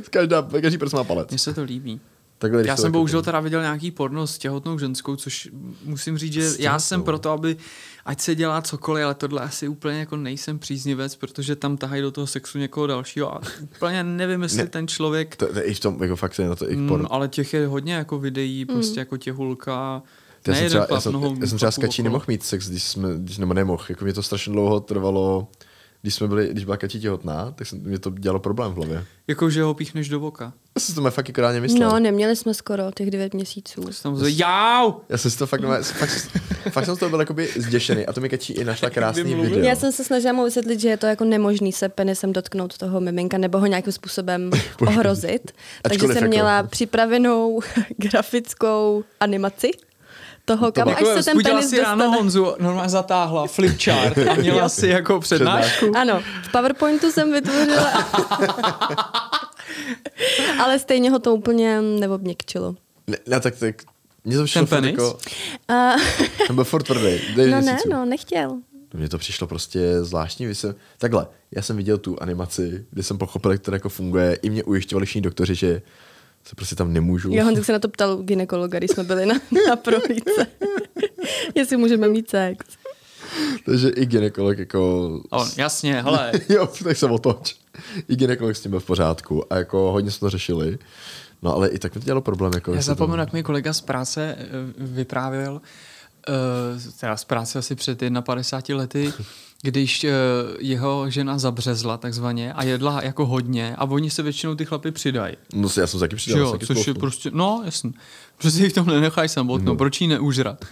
S2: Každá, každý prst má palec.
S1: mně se to líbí.
S2: Takhle, když
S1: Já
S2: to
S1: jsem
S2: jako-
S1: bohužel teda viděl nějaký porno s těhotnou ženskou, což musím říct, že já jsem proto, aby ať se dělá cokoliv, ale tohle asi úplně jako nejsem příznivec, protože tam tahají do toho sexu někoho dalšího a úplně nevím, jestli
S2: Ne.
S1: ten člověk,
S2: To, to, je i v tom, jako fakt se na to i v
S1: mm,
S2: porno.
S1: ale těch je hodně jako videí,
S3: Mm.
S1: prostě jako těhulka,
S2: Já
S1: ne
S2: jsem,
S1: jeden
S2: třeba, já,
S1: chlap, mnoho
S2: jsem, já jsem třeba s
S1: chlapů
S2: Kačí
S1: okolo.
S2: nemohl mít sex, když jsme, když, nebo nemohl, jako mě to strašně dlouho trvalo, když jsme byli, když byla Kačí těhotná, tak jsem, mě to dělalo problém v hlavě.
S1: Jako, že ho píchneš do voka.
S2: Já jsem si to mě fakt jako reálně myslel.
S3: No, neměli jsme skoro těch devět měsíců.
S1: Tam zve, jau!
S2: Já jsem si to fakt,
S3: no.
S2: normálně- fakt, fakt jsem z toho byl jakoby zděšený a to mi Kačí i našla krásný
S1: mluvil.
S2: video.
S3: Já jsem se snažila mu vysvětlit, že je to jako nemožný se penisem dotknout toho miminka nebo ho nějakým způsobem ohrozit. Takže
S2: Ačkoliv
S3: jsem
S2: jako-
S3: měla připravenou grafickou animaci toho, kam až
S1: Jako,
S3: se ten
S1: vzbudila
S3: penis
S1: si ráno
S3: dostane.
S1: Honzu, normálně zatáhla flipchart a měla si jako přednášku.
S3: Ano, v PowerPointu jsem vytvořila. Ale stejně ho to úplně neobměkčilo.
S2: Ne, ne, tak, tak, mě to přišlo
S1: Ten
S2: fakt
S1: penis?
S2: jako,
S3: A,
S2: ten byl furt tvrdý.
S3: no ne, no, nechtěl.
S2: Mně to přišlo prostě zvláštní. Vy jsem, takhle, já jsem viděl tu animaci, kde jsem pochopil, jak to jako funguje. I mě ujišťovali všichni doktoři, že se prostě tam nemůžu.
S3: Jo, no, Honzik se na to ptal u ginekologa, když jsme byli na, na prohlídce. Jestli můžeme mít sex.
S2: Takže i ginekolog jako...
S1: On, jasně, hele,
S2: jo, tak se otoč. I ginekolog s tím byl v pořádku a jako hodně jsme to řešili. No ale i tak mi to dělalo problém. Jako
S1: Já
S2: jestli to-
S1: zapomenu, jak mi kolega z práce eh, vyprávěl, eh, teda z práce asi před 51 lety, když eh, jeho žena zabřezla takzvaně a jedla jako hodně a oni se většinou ty chlapy přidají.
S2: No já jsem se taky
S1: Že
S2: přidal.
S1: jo,
S2: jsem taky
S1: což je
S2: spoustu.
S1: prostě, no jasně, prostě jich tam nenechají samotnou, no. proč ji neužrat?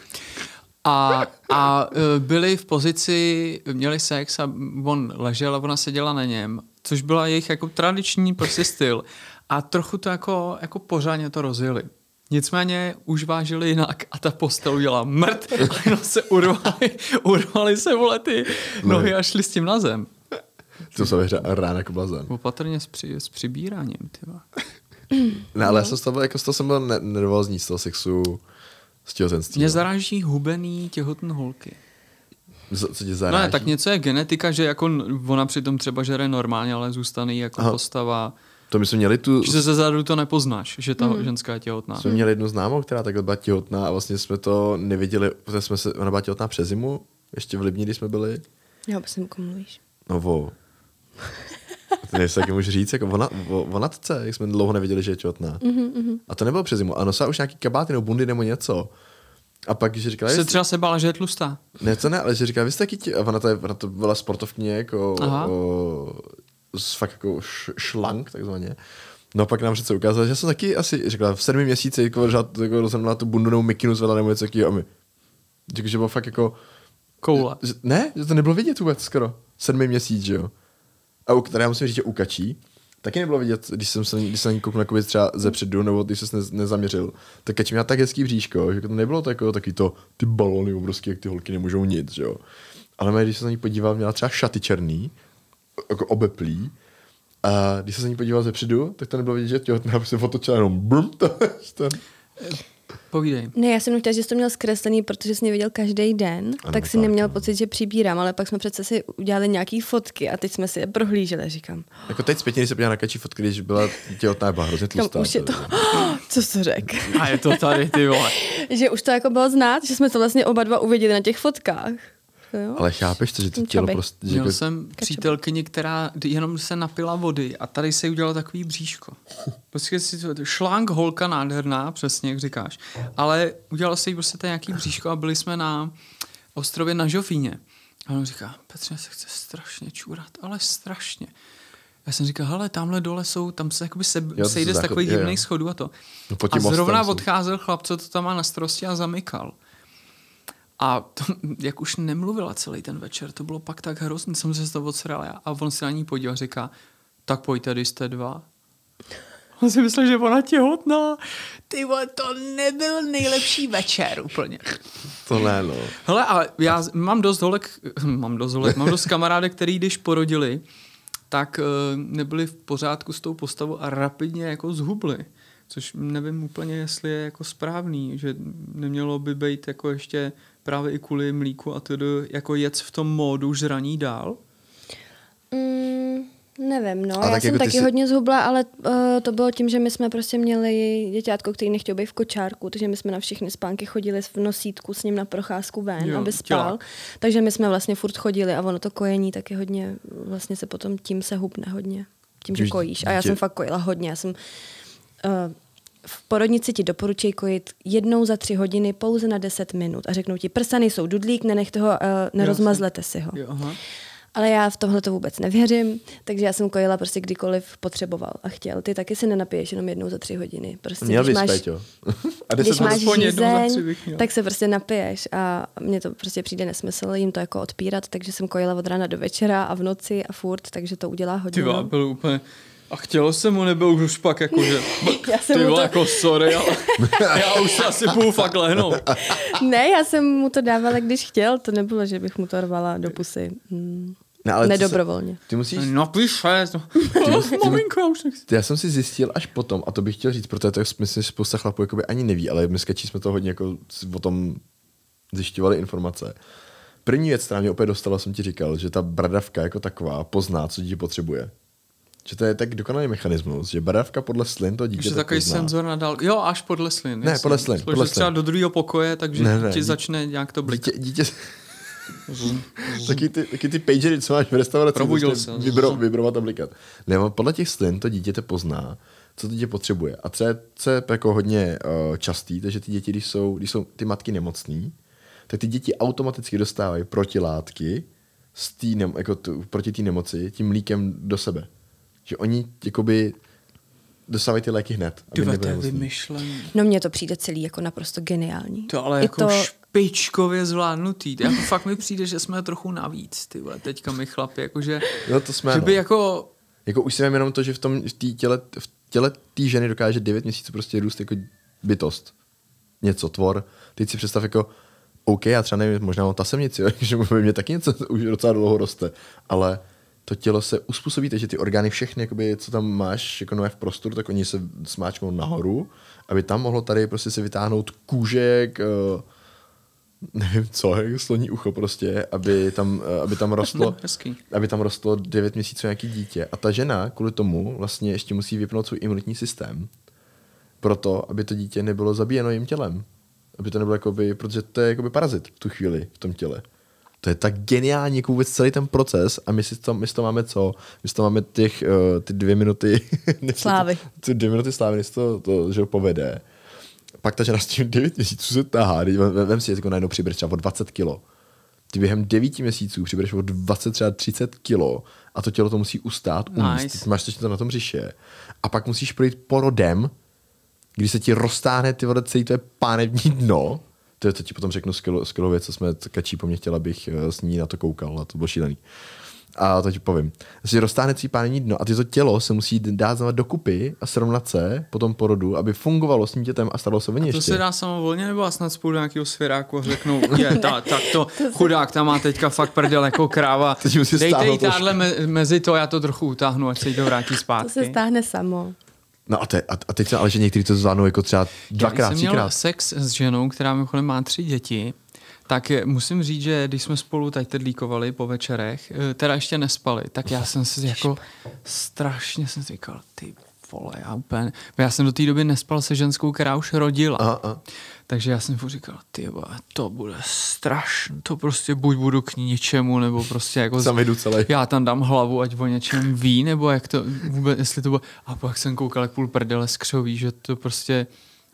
S1: A, a eh, byli v pozici, měli sex a on ležel a ona seděla na něm, což byla jejich jako tradiční prostě styl. A trochu to jako, jako pořádně to rozjeli. Nicméně už vážili jinak a ta postel udělala mrt a jenom se urvali, urvali se vole ty nohy a šli s tím na zem.
S2: To jsem rána jako blázen.
S1: Opatrně s, při, s přibíráním, tyva.
S2: Ne, ale já jsem z toho, byl- jako z toho jsem byl ne- nervózní, z toho sexu, z těhotenství.
S1: Mě
S2: no.
S1: zaráží hubený těhotné holky.
S2: Z- Co tě
S1: No
S2: zaráží?
S1: ne, tak něco je genetika, že jako n- ona přitom třeba žere normálně, ale zůstane jí jako
S2: Aha.
S1: Aha. postava.
S2: To my jsme měli tu...
S1: Že ze zadu to nepoznáš, že ta mm. ženská je těhotná.
S2: Jsme měli jednu známou, která takhle byla těhotná a vlastně jsme to nevěděli, protože jsme se, ona byla těhotná přes zimu, ještě v Libni, když jsme byli.
S3: Já vůbec nevím, komu mluvíš.
S2: No vo. To nevím, jestli taky můžu říct, jako ona, o, o natce, jak jsme dlouho nevěděli, že je těhotná. Mm-hmm. A to nebylo přes zimu. A nosila už nějaký kabáty nebo bundy nebo něco. A pak, že říkala,
S1: Se
S2: že
S1: třeba se bála, že je tlustá.
S2: ne, to ne, ale že říkala, vy jste taky tě... A ona to, je, ona to byla sportovkyně, jako
S1: Aha.
S2: o, s fakt jako š, šlank, takzvaně. No a pak nám přece ukázala, že jsem taky asi, řekla, v sedmi měsíci, jako, řád, jako rozhodla tu bundu nebo mikinu zvedla nebo něco takového. A my, řekl, že bylo fakt jako,
S1: Koule.
S2: že, ne, že to nebylo vidět vůbec skoro. Sedmý měsíc, že jo. A u, teda já musím říct, že u kačí taky nebylo vidět, když jsem se, na ní- když se na ní kouknul jakoby třeba ze předu, nebo když se ne, nezaměřil, tak kačí měla tak hezký bříško, že to nebylo to jako takový to, ty balony obrovský, jak ty holky nemůžou nic, že jo. Ale mé, když se na ní podíval, měla třeba šaty černý, jako obeplý, a když se na ní podíval ze předu, tak to nebylo vidět, že je těhotná, protože se otočila jenom brum, to, ten.
S1: Povídej.
S3: Ne, já jsem jenom chtěla, že jsi to měl zkreslený, protože jsi mě viděl každý den,
S2: Ano,
S3: ano, tak si
S2: tak,
S3: neměl
S2: no.
S3: pocit, že přibírám, ale pak jsme přece si udělali nějaký fotky a teď jsme si je prohlíželi, říkám.
S2: Jako teď zpětně, když se podíval na kačí fotky, když byla těhotná, byla hrozně
S3: Kam
S2: tlustá.
S3: už je to,
S2: teda.
S3: co jsi řekl?
S1: A je to tady, ty vole.
S3: že už to jako bylo znát, že jsme to vlastně oba dva uviděli na těch fotkách. To Jo?
S2: Ale chápeš to, že to
S3: Třeba
S2: tělo
S3: bych.
S2: prostě... že
S1: Měl
S2: jako-
S1: jsem přítelkyni, která d- jenom se napila vody a tady se jí udělalo takový bříško. Prostě si to, šlánk holka nádherná, přesně jak říkáš. Ale udělalo se jí prostě to nějaký bříško a byli jsme na ostrově na Žofíně. A on říká, Petře, se chce strašně čůrat, ale strašně. Já jsem říkal, hele, tamhle dole jsou, tam se jakoby se,
S2: to
S1: jo,
S2: se
S1: sejde z
S2: záchod-
S1: takových
S2: jo, jo.
S1: divných schodů a to.
S2: No pod
S1: a
S2: tím mostem
S1: zrovna
S2: jsou.
S1: odcházel chlap, co to tam má na starosti a zamykal. A to, jak už nemluvila celý ten večer, to bylo pak tak hrozný, jsem se z toho odsral já. A on se na ní podíval a říká, tak pojďte, když jste dva. On si myslel, že ona těhotná. Ty vole, to nebyl nejlepší večer úplně.
S2: To ne, no.
S1: Hele, a já z- mám dost holek, mám dost holek, mám dost kamarádek, který když porodili, tak eh, nebyli v pořádku s tou postavou a rapidně jako zhubli. Což nevím úplně, jestli je jako správný, že nemělo by být jako ještě právě i kvůli mlíku a tedy jako jec v tom módu žraní dál.
S3: Mm, nevím, no.
S2: A
S3: já
S2: tak
S3: jsem
S2: jako ty
S3: taky
S2: si-
S3: hodně zhubla, ale uh, to bylo tím, že my jsme prostě měli děťátko, který nechtěl být v kočárku, takže my jsme na všechny spánky chodili v nosítku s ním na procházku ven,
S1: Jo,
S3: jo, aby spal.
S1: tělák.
S3: Takže my jsme vlastně furt chodili a ono to kojení taky hodně, vlastně se potom tím se hubne hodně. Tím, že
S2: Když
S3: kojíš. A já
S2: dítě-
S3: jsem fakt kojila hodně. Já jsem uh, v porodnici ti doporučuji kojit jednou za tři hodiny pouze na 10 minut a řeknou ti, prsa nejsou dudlík, nenechte ho, uh, nerozmazlete si ho.
S1: Jo, aha.
S3: Ale já v tohle to vůbec nevěřím, takže já jsem kojila prostě kdykoliv potřeboval a chtěl. Ty taky se nenapiješ jenom jednou za tři hodiny. Prostě,
S2: Měl
S3: když
S2: bys,
S3: máš,
S2: Péťo. A
S3: když
S2: minut-
S3: máš
S1: Aspoň jednou za tři
S3: žízeň,
S1: bych měl.
S3: tak se prostě napiješ a mně to prostě přijde nesmysl jim to jako odpírat, takže jsem kojila od rána do večera a v noci a furt, takže to udělá
S1: Ty
S3: hodně.
S1: vole,
S3: no.
S1: byl úplně... A chtělo se mu, nebo už pak jako, že...
S3: Já jsem
S1: Ty
S3: mu
S1: vole,
S3: to-
S1: jako sorry, ale já už se asi půl fakt lehnout.
S3: Ne, já jsem mu to dávala, když chtěl, to nebylo, že bych mu to rvala do pusy. Hmm.
S2: Ne,
S3: No,
S2: ale ty se-
S3: Nedobrovolně.
S2: Ty musíš...
S1: No píše. No, prostě- Maminko, já už nechci.
S2: Ty, Já jsem si zjistil až potom, a to bych chtěl říct, protože to myslím, že spousta chlapů jakoby ani neví, ale my s Kačí jsme to hodně jako s- o tom zjišťovali informace. První věc, která mě opět dostala, jsem ti říkal, že ta bradavka jako taková pozná, co dítě potřebuje. Že to je tak dokonalý mechanismus, že bradavka podle slin to dítě
S1: Takže
S2: tak
S1: takový
S2: pozná.
S1: senzor nadál. Jo, až podle slin.
S2: Ne,
S1: jasně.
S2: podle slin,
S1: Složil
S2: podle slin.
S1: třeba do druhého pokoje, takže
S2: Ne,
S1: ti
S2: ne, dítě-
S1: začne nějak to blikat.
S2: Dítě, dítě... taky, ty, taky ty pagery, co máš v restauraci,
S1: Probudil
S2: začne
S1: se. no.
S2: Vibro, vibrovat a blikat. Ne, on podle těch slin to dítě to pozná, co to dítě potřebuje. A třeba co je jako hodně uh, častý, takže ty děti, když jsou, když jsou ty matky nemocný, tak ty děti automaticky dostávají protilátky z tý, nem, jako tu, proti té nemoci tím mlíkem do sebe. Že oni jakoby dostávají ty léky hned. aby
S1: Ty vole, to
S2: nebyli
S1: je
S2: nemocní.
S1: vymyšlený.
S3: No mně to přijde celý jako naprosto geniální.
S1: To ale
S3: I
S1: jako to... špičkově zvládnutý. To jako fakt mi přijde, že jsme trochu navíc, ty vole, teďka my chlapi, jakože,
S2: No to jsme,
S1: že by
S2: no.
S1: jako,
S2: Jako už si vím jenom to, že v tom v té těle, v těle té ženy dokáže 9 měsíců prostě růst jako bytost. Něco, tvor. Teď si představ jako, OK, já třeba nevím, možná mám tasemnici, jo, že by mě taky něco už docela dlouho roste, ale to tělo se uspůsobí, takže ty orgány všechny, jakoby, co tam máš jako nové v prostoru, tak oni se smáčknou nahoru, aby tam mohlo tady prostě se vytáhnout kůžek, eh, nevím co, jak sloní ucho prostě, aby tam, eh, aby tam rostlo,
S1: Hezký.
S2: aby tam rostlo 9 měsíců nějaký dítě. A ta žena kvůli tomu vlastně ještě musí vypnout svůj imunitní systém, proto, aby to dítě nebylo zabíjeno jim tělem. Aby to nebylo jakoby, protože to je jakoby parazit v tu chvíli v tom těle. To je tak geniální, jako vůbec celý ten proces a my si to, my si to máme co? My si to máme těch, uh, ty dvě minuty než se
S3: Slávy.
S2: To, ty dvě minuty slávy, než se to, to že ho povede. Pak ta žena s tím 9 měsíců se tahá, Teď vem, vem si, jako najednou přibereš třeba o 20 kilo. Ty během 9 měsíců přibereš o 20 třeba 30 kilo a to tělo to musí ustát, uníst.
S1: Nice.
S2: Ty Máš to, to na tom břiše. A pak musíš projít porodem, kdy se ti roztáhne ty vole celý tvoje pánevní dno, to, je- to ti potom řeknu skvělou, skvělou věc, co jsme t- kačí po mně chtěla, abych eh, s ní na to koukal a to bylo šílený. A to ti povím. Si roztáhne celý pánevní dno a ty to tělo se musí d- dát znova dokupy a srovnat se po tom porodu, aby fungovalo s tím dětem a staralo se o ně
S1: To
S2: ještě.
S1: se dá samovolně, nebo já snad spolu do nějakého svěráku a řeknou, je, ta, tak to chudák tam má teďka fakt prdel jako kráva.
S2: Teď musí
S1: Dejte jí
S2: stáhnout
S1: táhle me, mezi to, já to trochu utáhnu, ať se jí to vrátí zpátky.
S3: To se stáhne samo.
S2: No a, te, a, a teď se, ale že někteří to zvládnou jako třeba
S1: Já
S2: dvakrát,
S1: jsem měl
S2: třikrát.
S1: sex s ženou, která mimochodem má tři děti, tak eh, musím říct, že když jsme spolu tady tedlíkovali po večerech, eh, teda ještě nespali, tak já jsem si jako strašně jsem si říkal, ty vole, já úplně, já jsem do té doby nespal se ženskou, která už rodila.
S2: Aha, aha.
S1: Takže já jsem furt říkal, ty vole, to bude strašné, to prostě buď budu k ničemu, nebo prostě jako... z-
S2: Sám jdu celý.
S1: Já tam dám hlavu, ať o něčem ví, nebo jak to vůbec, jestli to bylo... A pak jsem koukal, jak půl prdele skřoví, že to prostě...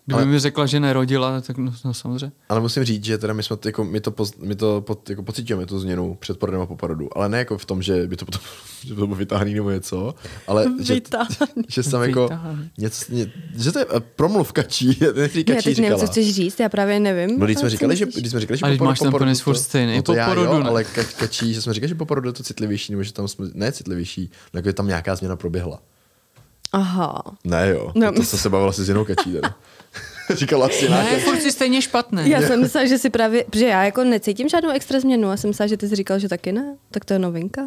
S1: Kdyby
S2: Ale-
S1: mi řekla, že nerodila, tak no, no samozřejmě.
S2: Ale musím říct, že teda my, jsme, t- jako, my to, poz, my to pod, jako pocitujeme tu změnu před porodem a po porodu, ale ne jako v tom, že by to potom že by to bylo vytáhný nebo něco, ale že,
S3: Vytáhný.
S2: že jsem jako
S1: Vytáhný.
S2: něco, ně, že to je eh, promluvka čí, ne, říká,
S3: Já
S2: čí
S3: teď nevím,
S2: říkala.
S3: co chceš říct, já právě nevím.
S2: No, když jsme
S3: Ale co
S2: říkali, že,
S3: myslíš?
S2: když jsme říkali, že
S1: A
S2: po
S1: když
S2: porodu-
S1: máš
S2: po
S1: ten
S2: porodu
S1: penis
S2: to-
S1: furt stejný,
S2: no to
S1: po
S2: já
S1: porodu
S2: jo,
S1: ne.
S2: ale ka, kačí, že jsme říkali, že po porodu je to citlivější, nebo že tam jsme, ne citlivější, ale jako je tam nějaká změna proběhla.
S3: Aha.
S2: Ne jo,
S3: No.
S2: no. to, to, jsem se bavila si s jinou kačí teda. říkala si jiná
S1: Ne,
S2: kačí.
S1: furt si stejně špatné.
S3: Já jsem myslela, že si právě, protože já jako necítím žádnou extra změnu a jsem myslela, že ty jsi říkal, že taky ne. Tak to je novinka.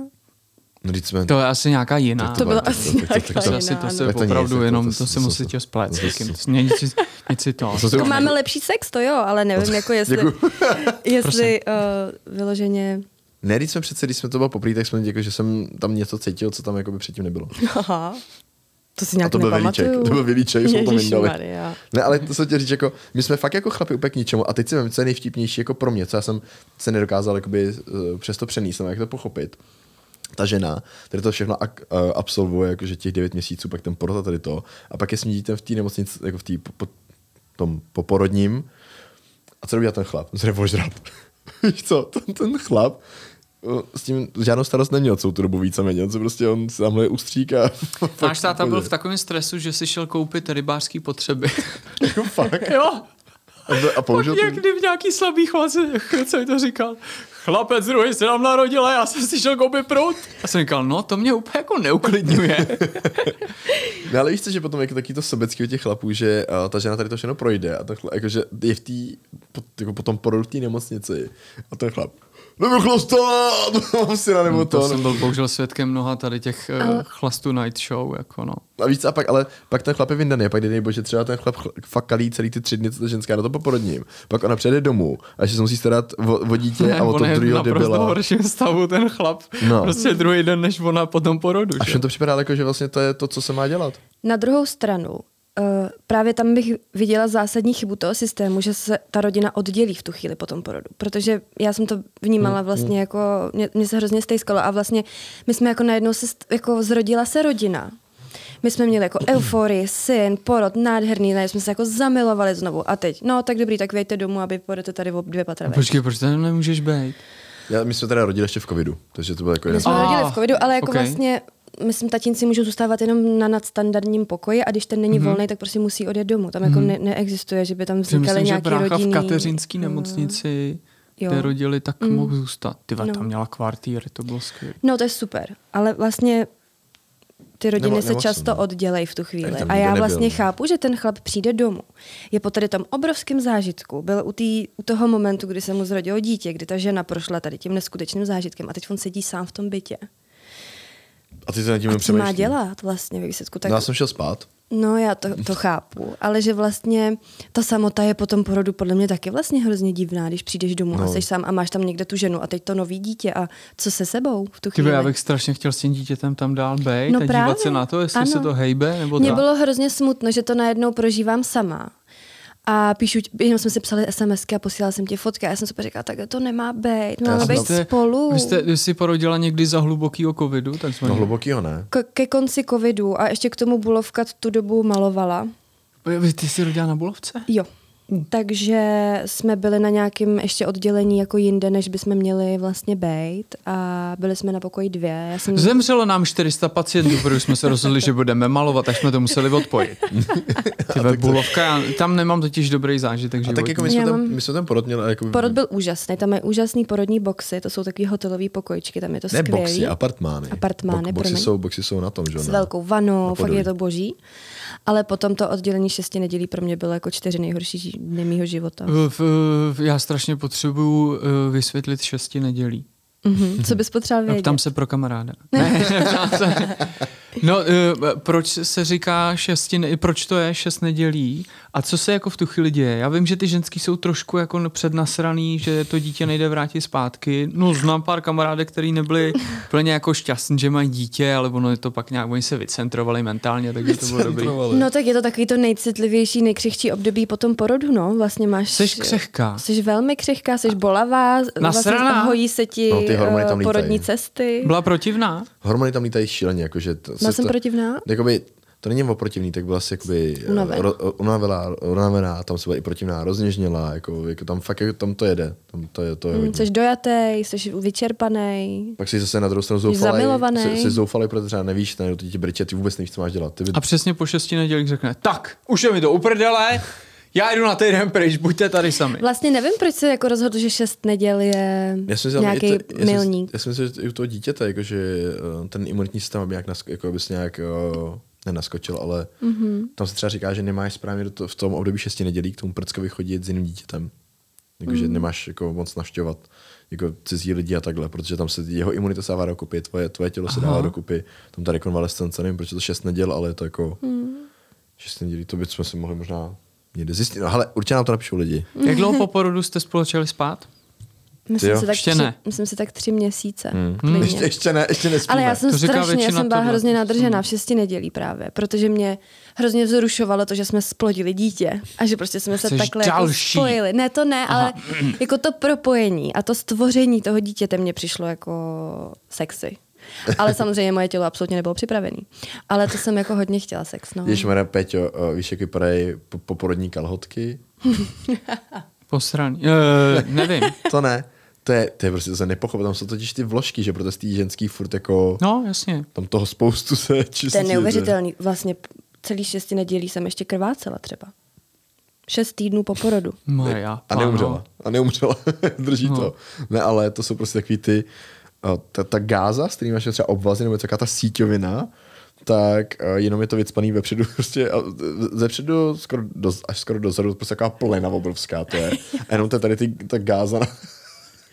S2: No, když jsme,
S1: To je asi nějaká jiná.
S3: To byla
S2: to- to-
S3: asi
S2: to- to- to- to-
S3: nějaká
S1: To
S3: jiná,
S1: asi to
S3: no.
S1: se
S2: Tak to nic,
S1: opravdu
S2: to- to-
S1: jenom,
S2: to-
S1: to si
S2: to-
S1: musí
S2: to-
S1: tě splet.
S2: to- to-
S1: Změnit si- změnit si to.
S2: To-
S3: To Jako máme lepší sex, to jo, ale nevím, jako jestli,
S2: Děkuju.
S3: jestli uh, vyloženě...
S2: Ne, když jsme přece, když jsme to bylo poprý, tak jsme jako, že jsem tam něco cítil, co tam jako by předtím nebylo.
S3: Aha. To si
S2: A
S3: nějak
S2: to byl
S3: nepamatuju.
S2: Vilíček, to byl Vilíček, jsme to vyndali.
S3: Ježišmarja.
S2: Ne, ale to jsem tě říct, jako, my jsme fakt jako chlapi úplně k ničemu a teď si vím, co je nejvtipnější jako pro mě, co já jsem se nedokázal jakoby, eh, přes to přenést, nebo jak to pochopit. Ta žena, tady to všechno ak, eh, absolvuje, jakože těch 9 měsíců, pak ten porod a tady to. A pak je s tím dítem v té nemocnici, jako v té po, po, tom poporodním, A co udělal ten chlap? On se jde ožrat. Víš co, ten, ten chlap uh, s tím žádnou starost neměl celou tu dobu víceméně, on se prostě on se tamhle ustřík a...
S1: Náš táta byl v takovém stresu, že si šel koupit rybářský potřeby.
S2: Jako fakt.
S1: jo,
S2: A, byl- a použil
S1: Pak
S2: ten...
S1: někdy v nějaký slabý chvaci, co mi to říkal. Chlapec druhý se nám narodil a já jsem si šel koupit prut. A jsem říkal, no to mě úplně jako neuklidňuje.
S2: No, ale víš co, že potom je taky to sobecký u těch chlapů, že uh, ta žena tady to všechno projde a ten chlap, jakože je v té, po, jako potom porodu v té nemocnici a ten chlap, nebo chlostat, mám syna, nebo to.
S1: No, to
S2: no. nebo-
S1: jsem byl bohužel svědkem mnoha tady těch uh, chlastu night show, jako no.
S2: A víc a pak, ale pak ten chlap je vyndaný, a pak jde bože, třeba ten chlap chl- fakt kalí celý ty tři dny, co ta ženská na to poporodním. Pak ona přijede domů a že se musí starat o, o dítě a o
S1: on
S2: to
S1: je
S2: druhého
S1: naprosto
S2: debila.
S1: horším stavu ten chlap.
S2: No.
S1: No. Prostě druhý den, než ona po tom porodu.
S2: A
S1: že?
S2: všem to připadá jako, že vlastně to je to, co se má dělat.
S3: Na druhou stranu, eh, právě tam bych viděla zásadní chybu toho systému, že se ta rodina oddělí v tu chvíli po tom porodu. Protože já jsem to vnímala vlastně jako, mě, mě se hrozně stejskalo a vlastně my jsme jako najednou se, st- jako zrodila se rodina. My jsme měli jako euforii, syn, porod, nádherný, ne, jsme se jako zamilovali znovu. A teď, no tak dobrý, tak vejte domů a vy pojedete tady o dvě patra vejš.
S1: Počkej, proč tam nemůžeš být?
S2: Já, my jsme teda rodili ještě v covidu, takže to bylo jako jeden.
S3: My jsme
S1: Ah,
S3: rodili v covidu, ale jako
S1: okay.
S3: vlastně, myslím, tatínci můžou zůstávat jenom na nadstandardním pokoji a když ten není volný, tak prostě musí odjet domů. Tam jako ne- neexistuje, že by tam
S1: Že
S3: vznikaly
S1: Mhm. myslím, že
S3: nějaký
S1: brácha
S3: rodinný... Mm.
S1: v kateřínský nemocnici,
S3: Jo.
S1: kde rodili, tak mohl zůstat. Ty no.
S3: No.
S1: tam měla kvartýry, to bylo skvělé.
S3: No to je super, ale vlastně ty rodiny
S2: Nebo-
S3: se
S2: nebo
S3: často
S2: jsem, no.
S3: oddělejí v tu chvíli.
S2: Tady tam
S3: A
S2: nikdo
S3: já
S2: nebyl,
S3: vlastně
S2: no.
S3: chápu, že ten chlap přijde domů. Je po tady tom obrovském zážitku. Byl u, tý, u toho momentu, kdy se mu zrodilo dítě, kdy ta žena prošla tady tím neskutečným zážitkem a teď on sedí sám v tom bytě.
S2: A ty se nad tím
S3: A
S2: jenom
S3: co má
S2: přemýšlíš.
S3: dělat vlastně ve výsledku? Tak
S2: No já jsem šel spát.
S3: No, já to, to chápu, ale že vlastně ta samota je po tom porodu podle mě taky vlastně hrozně divná, když přijdeš domů no. a
S2: No.
S3: jsi sám a máš tam někde tu ženu a teď to nový dítě a co se sebou v tu
S1: Ty
S3: chvíli?
S1: vole, já bych strašně chtěl s tím dítětem tam dál být
S3: No
S1: a
S3: právě,
S1: dívat se na to, jestli
S3: ano.
S1: se to hejbe nebo
S3: Mně
S1: tak.
S3: bylo hrozně smutno, že to najednou prožívám sama. A píšu, ti- jenom jsme si psali SMSky a posílala jsem ti fotky a já jsem super říkala, tak to nemá být, máme
S2: jsem
S3: být
S2: tam-
S1: Jste-
S3: spolu.
S1: vlastně- prostě- Vy jste, vy jsi porodila někdy za hlubokýho covidu, tak
S2: No hlubokýho ne.
S3: K- ke konci covidu a ještě k tomu Bulovka tu dobu malovala.
S1: Vy, ty jsi rodila na Bulovce?
S3: Jo.
S2: Hm.
S3: Takže jsme byli na nějakém ještě oddělení jako jinde, než bychom měli vlastně být a byli jsme na pokoji dvě. Já jsem...
S1: Zemřelo nám 400 pacientů, protože jsme se rozhodli, že budeme malovat, tak jsme to museli odpojit. Ty ve Bulovka, já tam nemám totiž dobrý zážitek
S2: A
S1: životní.
S2: tak jako my jsme,
S3: Já
S2: tam,
S3: mám-
S2: my jsme tam porod měli, jako,
S3: Porod byl úžasný, tam je úžasný porodní boxy, to jsou takový hotelový pokojičky, tam je to
S2: ne
S3: skvělý.
S2: boxy, apartmány.
S3: Apartmány,
S2: Bo- boxy,
S3: promiň.
S2: jsou, boxy jsou na tom, že jo?
S3: s
S2: ne?
S3: velkou vanou,
S2: no. Na
S3: fakt
S2: Podolí.
S3: je to boží. Ale potom to oddělení šesti nedělí pro mě bylo jako čtyři nejhorší ži- dny mýho života.
S2: Mm.
S1: V, v, já strašně potřebuju eh, vysvětlit šesti nedělí.
S3: Mhm. Co bys potřeboval
S1: Já
S2: No,
S3: vědět?
S1: Ptám se pro kamaráda. Ne, ptám se. No, eh, proč se říká šesti, ne- proč to je šest nedělí a co se jako v tu chvíli děje? Já vím, že ty ženský jsou trošku jako přednasraný, že to dítě nejde vrátit zpátky. No, znám pár kamarádek, který nebyli plně jako šťastní, že mají dítě, ale ono je to pak nějak, oni se vycentrovali mentálně, takže to bylo dobrý.
S2: Centrovali.
S3: No tak je to takový to nejcitlivější, nejkřehčí období po tom porodu, no. Vlastně máš...
S1: Seš křehká.
S3: Jsi velmi křehká, jsi bolavá, vlastně
S1: Nasraná.
S3: hojí se ti
S2: No, ty hormony tam
S3: eh, porodní
S2: lítají.
S3: cesty.
S1: Byla protivná?
S2: Hormony tam lítají šíleně, jakože... To,
S3: Byla
S2: se
S3: jsem
S2: to, No,
S3: protivná?
S2: Jakoby, to není o protivní, tak byla si jakoby eh,
S3: Unavená.
S2: unavená, unavená tam se byla i protivná, rozněžněla, jako, jako tam fakt, jako, tam to jede, tam to je, to je hodně.
S3: Mm, Jsi dojatý, jsi vyčerpaný.
S2: Pak jsi zase na druhou stranu
S3: Jsi
S2: zoufalý,
S3: zamilovaný.
S2: jsi, jsi zoufalý, protože třeba nevíš, ten ti brče, ty vůbec nevíš, co máš dělat. Ty by...
S1: A přesně po šesti nedělích řekne, tak, už je mi to uprdele, já jdu na týden pryč, buďte tady sami.
S3: Vlastně nevím, proč se jako rozhodl, že šest neděl je
S2: Já si myslím,
S3: nějaký
S2: i to- já si-
S3: milník.
S2: Já si myslím, že to i u toho dítěte, jako, že eh, ten imunitní systém, aby, nějak nask- jako, aby se nějak eh, nenaskočil, ale
S3: Mhm.
S2: mm-hmm. tam se třeba říká, že nemáš správně do to, v tom období šesti nedělí k tomu prckovi chodit s jiným dítětem. Jako,
S3: Mhm.
S2: že nemáš jako, moc navštěvovat jako cizí lidi a takhle, protože tam se jeho imunita se dává dokupy, tvoje, tvoje tělo se
S1: Aha.
S2: dává dokupy, tam ta rekonvalescence, nevím, proč je to šest neděl, ale je to jako
S3: Mhm.
S2: mm. šest nedělí, to bychom si mohli možná někde zjistit. No, ale určitě nám to napíšou lidi.
S1: Jak dlouho po porodu jste spolu začali spát?
S3: Myslím,
S2: jo,
S3: si tak
S1: ještě
S3: tři,
S1: ne.
S3: myslím si tak tři měsíce.
S2: Hmm.
S3: klidně.
S2: Ještě, ještě, ne, ještě nespíme.
S3: Ale já jsem
S1: To říká
S3: strašně, já
S1: většina
S3: jsem byla
S1: tohle.
S3: hrozně nadržená v šesti nedělí právě, protože mě hrozně vzrušovalo to, že jsme splodili dítě a že prostě jsme se
S1: Chceš
S3: takhle
S1: další?
S3: Jako spojili. Ne, to ne, Aha. ale jako to propojení a to stvoření toho dítěte mě přišlo jako sexy. Ale samozřejmě moje tělo absolutně nebylo připravené. Ale to jsem jako hodně chtěla sex, no.
S2: Když Mara Peťo, eh, víš, jak vypadají po- poporodní kalhotky?
S1: Posraný. E, nevím.
S2: To ne. To je, to je prostě to se nepochopil. Tam jsou totiž ty vložky, že protože ty ženský furt jako... No.
S1: No, jasně.
S2: Tam toho spoustu se čistí.
S3: To je
S2: že-
S3: neuvěřitelný. Vlastně celý šesti nedělí jsem ještě krvácela třeba. Šest týdnů po porodu.
S1: Maja,
S2: A
S1: páno.
S2: neumřela. A neumřela. Drží
S1: No.
S2: no. to. Ne, ale to jsou prostě takový ty... eh, Ta, ta gáza, s kterým máš třeba obvazy, nebo taková ta síťovina, tak eh, jenom je to vycpaný vepředu, prostě a ze- zepředu skoro do, až skoro dozadu, prostě taková plena obrovská to je. A jenom to je tady ty, ta gáza na...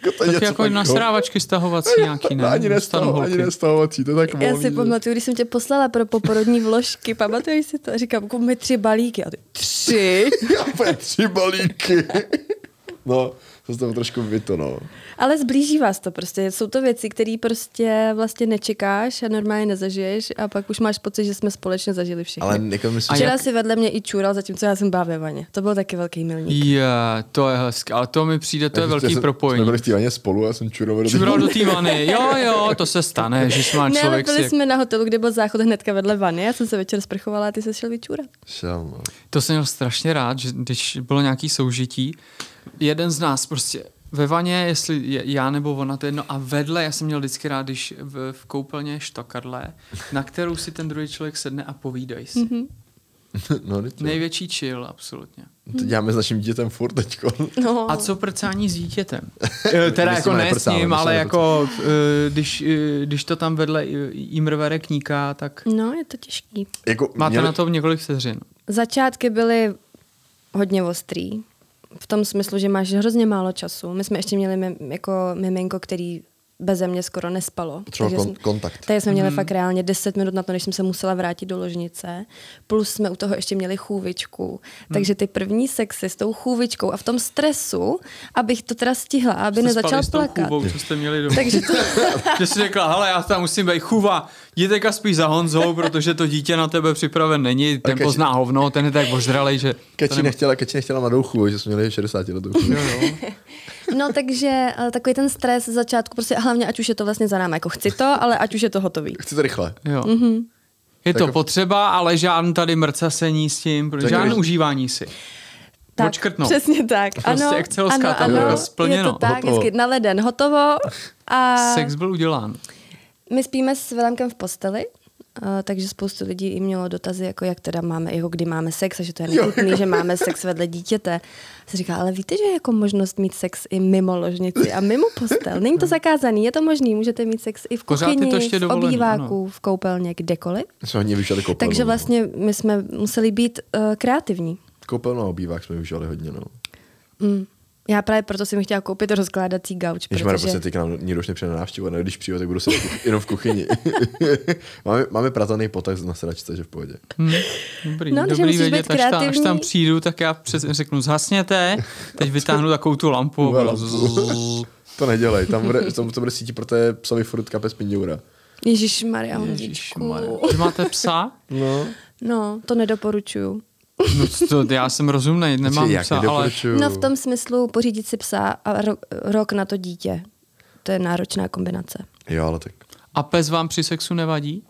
S2: Jako to je
S1: Tak
S2: něco
S1: jako
S2: fakt
S1: nasrávačky stahovací nějaký, ne?
S2: No, ani ne
S1: Dostanou
S2: staho,
S1: holky.
S2: ani ne stahovací, to je tak
S3: Já
S2: volný,
S3: si
S2: že-
S3: pamatuju, když jsem tě poslala pro poporodní vložky, pamatuješ si to? Říkám, kup mi tři balíky. A ty, tři?
S2: Já úplně tři balíky. No, to se tam trošku vyto, no.
S3: Ale zblíží vás to prostě. Jsou to věci, které prostě vlastně nečekáš a normálně nezažiješ a pak už máš pocit, že jsme společně zažili všichni.
S2: Ale jako myslím,
S1: A
S2: že...
S3: Včera
S1: jak-
S3: si vedle mě i čůral, zatímco já jsem byla ve vaně. To byl taky velký milník.
S1: Je, to je hezké, ale to mi přijde, to je velký
S2: Jsme
S1: propojení.
S2: byli v té vaně spolu, já jsem čuroval do
S1: Čural do té vany, jo, jo, to se stane, že má
S3: Ne, ale
S1: člověk
S3: byli
S1: si...
S3: jsme na hotelu, kde byl záchod hnedka vedle vany. Já jsem se večer sprchovala a ty se šel vyčůrat.
S2: Šel, no.
S1: To jsem měl strašně rád, že když bylo nějaký soužití, jeden z nás prostě ve vaně, jestli je- já nebo ona, to je jedno, a vedle, já jsem měl vždycky rád, když v, v koupelně štakadle, na kterou si ten druhý člověk sedne a povídají si. Mm-hmm.
S2: no teď, jo.
S1: Největší chill, absolutně.
S2: to děláme s naším dítětem furt teďko.
S3: No.
S1: A co prcání s dítětem? Eh, teda
S2: My s
S1: jako
S2: tím
S1: ne s
S2: neprcáme,
S1: ním,
S2: my s
S1: ale
S2: tím
S1: jako eh, když, eh, když to tam vedle eh, jim rve rekníka, tak
S3: No, je to těžký.
S2: Jako,
S1: máte
S2: měli-
S1: na to několik vteřin.
S3: Začátky byly hodně ostrý. V tom smyslu, že máš hrozně málo času. My jsme ještě měli mim, jako miminko, který beze mě skoro nespalo.
S2: Potřeboval kon-
S3: jsem-
S2: kontakt.
S3: Takže jsme
S1: Mhm.
S3: měli mm. fakt reálně 10 minut na to, než jsem se musela vrátit do ložnice. Plus jsme u toho ještě měli chůvičku.
S1: Mhm.
S3: Mm. Takže ty první sexy s tou chůvičkou a v tom stresu, abych to teda stihla, aby
S1: Jste
S3: nezačal
S1: spali s tou
S3: plakat.
S1: chůvou, co jste měli doma.
S3: Takže to,
S1: Že jsi řekla, hele, já tam musím být chuva, jděte spíš za Honzou, protože to dítě na tebe připraven není, ten
S2: Kači-
S1: pozná hovno, ten je tak ožralej, že...
S2: Kači nechtěla, kači nechtěla mladou chůvu, že jsme měli 60 letou chůvu.
S1: Jo, jo.
S3: no takže eh, takový ten stres z začátku, prostě a hlavně ať už je to vlastně za námi, jako chci to, ale ať už je to hotový.
S2: Chci to rychle.
S1: Jo.
S3: Mhm.
S1: Mm-hmm. Je to
S3: jako-
S2: Tak-
S1: potřeba, ale žádný tady mrcasení s tím,
S2: Tak-
S1: žádný
S3: jako-
S1: užívání si.
S3: Tak,
S1: Odškrtnout.
S3: Přesně tak.
S1: Prostě
S3: ano,
S1: excelovská
S3: ano,
S1: tabulka,
S3: ano, Je
S1: splněno.
S3: to tak,
S2: Hotovo.
S3: hezky na leden, hotovo. A
S1: Sex byl udělán.
S3: My spíme s Vilemkem v posteli, a, takže spoustu lidí i mělo dotazy, jako jak teda máme, jako kdy máme sex a že to je nechutný, že máme sex vedle dítěte. Se říká, ale víte, že je jako možnost mít sex i mimo ložnici a mimo postel. Není to zakázaný, je to možný, můžete mít sex i v
S1: Pořád je to
S3: kuchyni,
S1: ještě
S3: v
S1: dovolený,
S3: obýváku, v koupelně, kdekoliv.
S2: My jsme hodně využívali koupelnu.
S3: Takže
S2: no.
S3: vlastně my jsme museli být uh, kreativní.
S2: Koupelnu a obývák jsme využívali hodně, no.
S3: Mm. Já právě proto jsem chtěla koupit rozkládací gauč,
S2: Ježišmarja, prostě
S3: protože...
S2: ty k nám nikdo už nepřijde na návštěvu, ale když přijde, tak budu se jenom v kuchyni. máme, máme prataný potah na sedačce, že v pohodě.
S1: Hm. Dobrý,
S3: No, že
S1: dobrý
S3: musíš
S1: vědět,
S3: být
S1: až tam, až
S3: kreativní.
S1: tam přijdu, tak já přes, řeknu, zhasněte, teď vytáhnu takovou tu lampu.
S2: Uvala.
S1: Zzz.
S2: To nedělej, tam bude, tam to bude sítí pro té psovi furt kape spindoura.
S3: Ježíš Maria,
S1: Ježišmarja. Vy máte psa?
S2: No,
S3: No, to nedoporučuju.
S1: No to, já jsem rozumnej, nemám
S2: jak
S1: psa, ale
S2: nedoporučuju.
S3: No v tom smyslu pořídit si psa a ro- rok na to dítě. To je náročná kombinace.
S2: Jo, ale tak.
S1: a pes vám při sexu nevadí?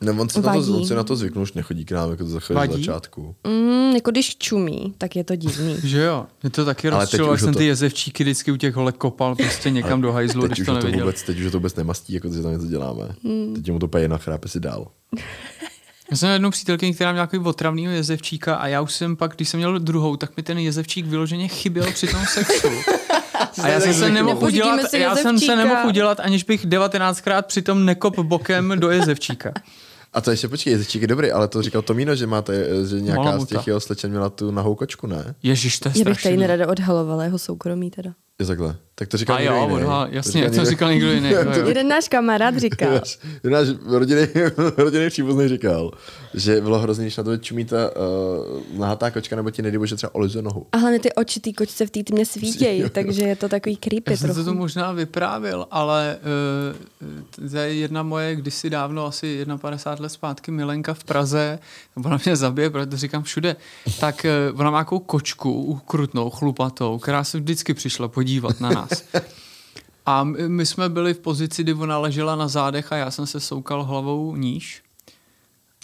S2: Ne, on se, na to,
S3: Vadí.
S2: on se na to zvyknul, už nechodí k nám, jako to zachovali z
S1: Vadí?
S2: začátku.
S3: Mm, jako když čumí, tak je to divný.
S1: Že jo, mě to taky
S2: Ale teď
S1: rozčilo, jak
S2: už ho
S1: jsem
S2: to-
S1: ty jezevčíky vždycky u těch holek kopal prostě někam do hajzlu,
S2: teď
S1: když
S2: už
S1: to
S2: ho to
S1: neviděl.
S2: vůbec, teď už ho to vůbec nemastí, jako že tam něco děláme. Hmm. Teď je mu to pejena, chrápe si dál.
S1: Já jsem měl jednu přítelkyni, která měla takový otravnýho jezevčíka a já už jsem pak, když jsem měl druhou, tak mi ten jezevčík vyloženě chyběl při tom sexu. A já jsem se nemohl
S3: Nepořídíme
S1: udělat,
S3: si
S1: já jsem se
S3: jezevčíka.
S1: nemohl udělat, aniž bych 19krát přitom nekop bokem do jezevčíka.
S2: A to ještě počkej, jezečík je dobrý, ale to říkal Tomíno, že máte, eh, že nějaká
S1: Malamuta.
S2: z těch jeho slečen měla tu nahou kočku, ne?
S1: Ježíš, to je
S3: Já bych tady
S1: strašný.
S3: nerada odhalovala jeho soukromí teda.
S2: Je takhle. Tak to říkal
S1: A
S2: někdo
S1: jo,
S2: jiný.
S1: odhá, jasně, jak to
S2: někdo-
S1: říkal někdo jiný. jo, jo.
S3: Jeden náš kamarád říkal,
S2: Náš, náš rodinný, rodinný příbuzný říkal, že bylo hrozný, když na to čumí ta uh, nahatá kočka, nebo ti nedej bože třeba olizuje nohu.
S3: a hlavně ty oči té kočce v té tmě svítějí, takže je to takový creepy
S1: Já jsem to
S3: trochu.
S1: tu možná vyprávěl, ale eh, t- to je jedna moje kdysi dávno, asi 51 let zpátky, Milenka v Praze, ona mě zabije, protože to říkám všude, tak eh, ona má nějakou kočku ukrutnou, chlupatou, která se vždycky přišla podívat na nás. A my, my jsme byli v pozici, kdy ona ležela na zádech a já jsem se soukal hlavou níž.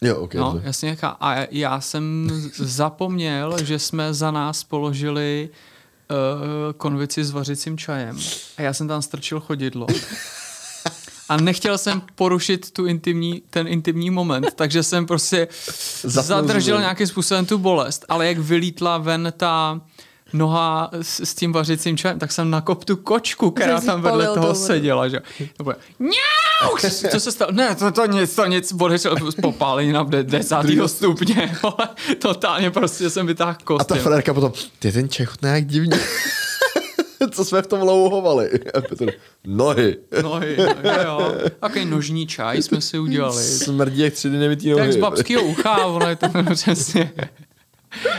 S2: Jo, ok.
S1: No,
S2: No,
S1: jasně. jaká- A já jsem z- zapomněl, že jsme za nás položili uh, konvici s vařicím čajem. A já jsem tam strčil chodidlo. A nechtěl jsem porušit tu intimní, ten intimní moment, takže jsem prostě zadržel
S2: zuby.
S1: nějakým způsobem tu bolest. Ale jak vylítla ven ta noha s, s tím vařicím čajem, tak jsem nakop tu kočku, která
S3: jsi
S1: tam vedle
S3: polil
S1: toho
S3: tou vodou.
S1: seděla. Že? To bude, "Mňau!" Co se stalo? Ne, to, to nic, to nic, odešel popálení na de- desátýho stupně, ale totálně prostě jsem vytáhl kost.
S2: a ta
S1: jo.
S2: frérka potom, ty ten Čech chutná jak divně. Co jsme v tom louhovali? A Petr, nohy.
S1: Nohy, no, jo, jo. Takový nožní čaj jsme si udělali.
S2: Smrdí jak tři dny nevytý nohy.
S1: Jak z babského ucha, ono je to přesně.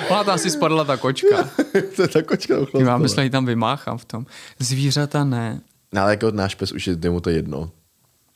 S1: Ona tam si spadla ta kočka.
S2: to je ta kočka uchlastala.
S1: Já myslím, že ji tam vymáchám v tom. Zvířata ne.
S2: No, ale jako náš pes už je, jde mu to jedno.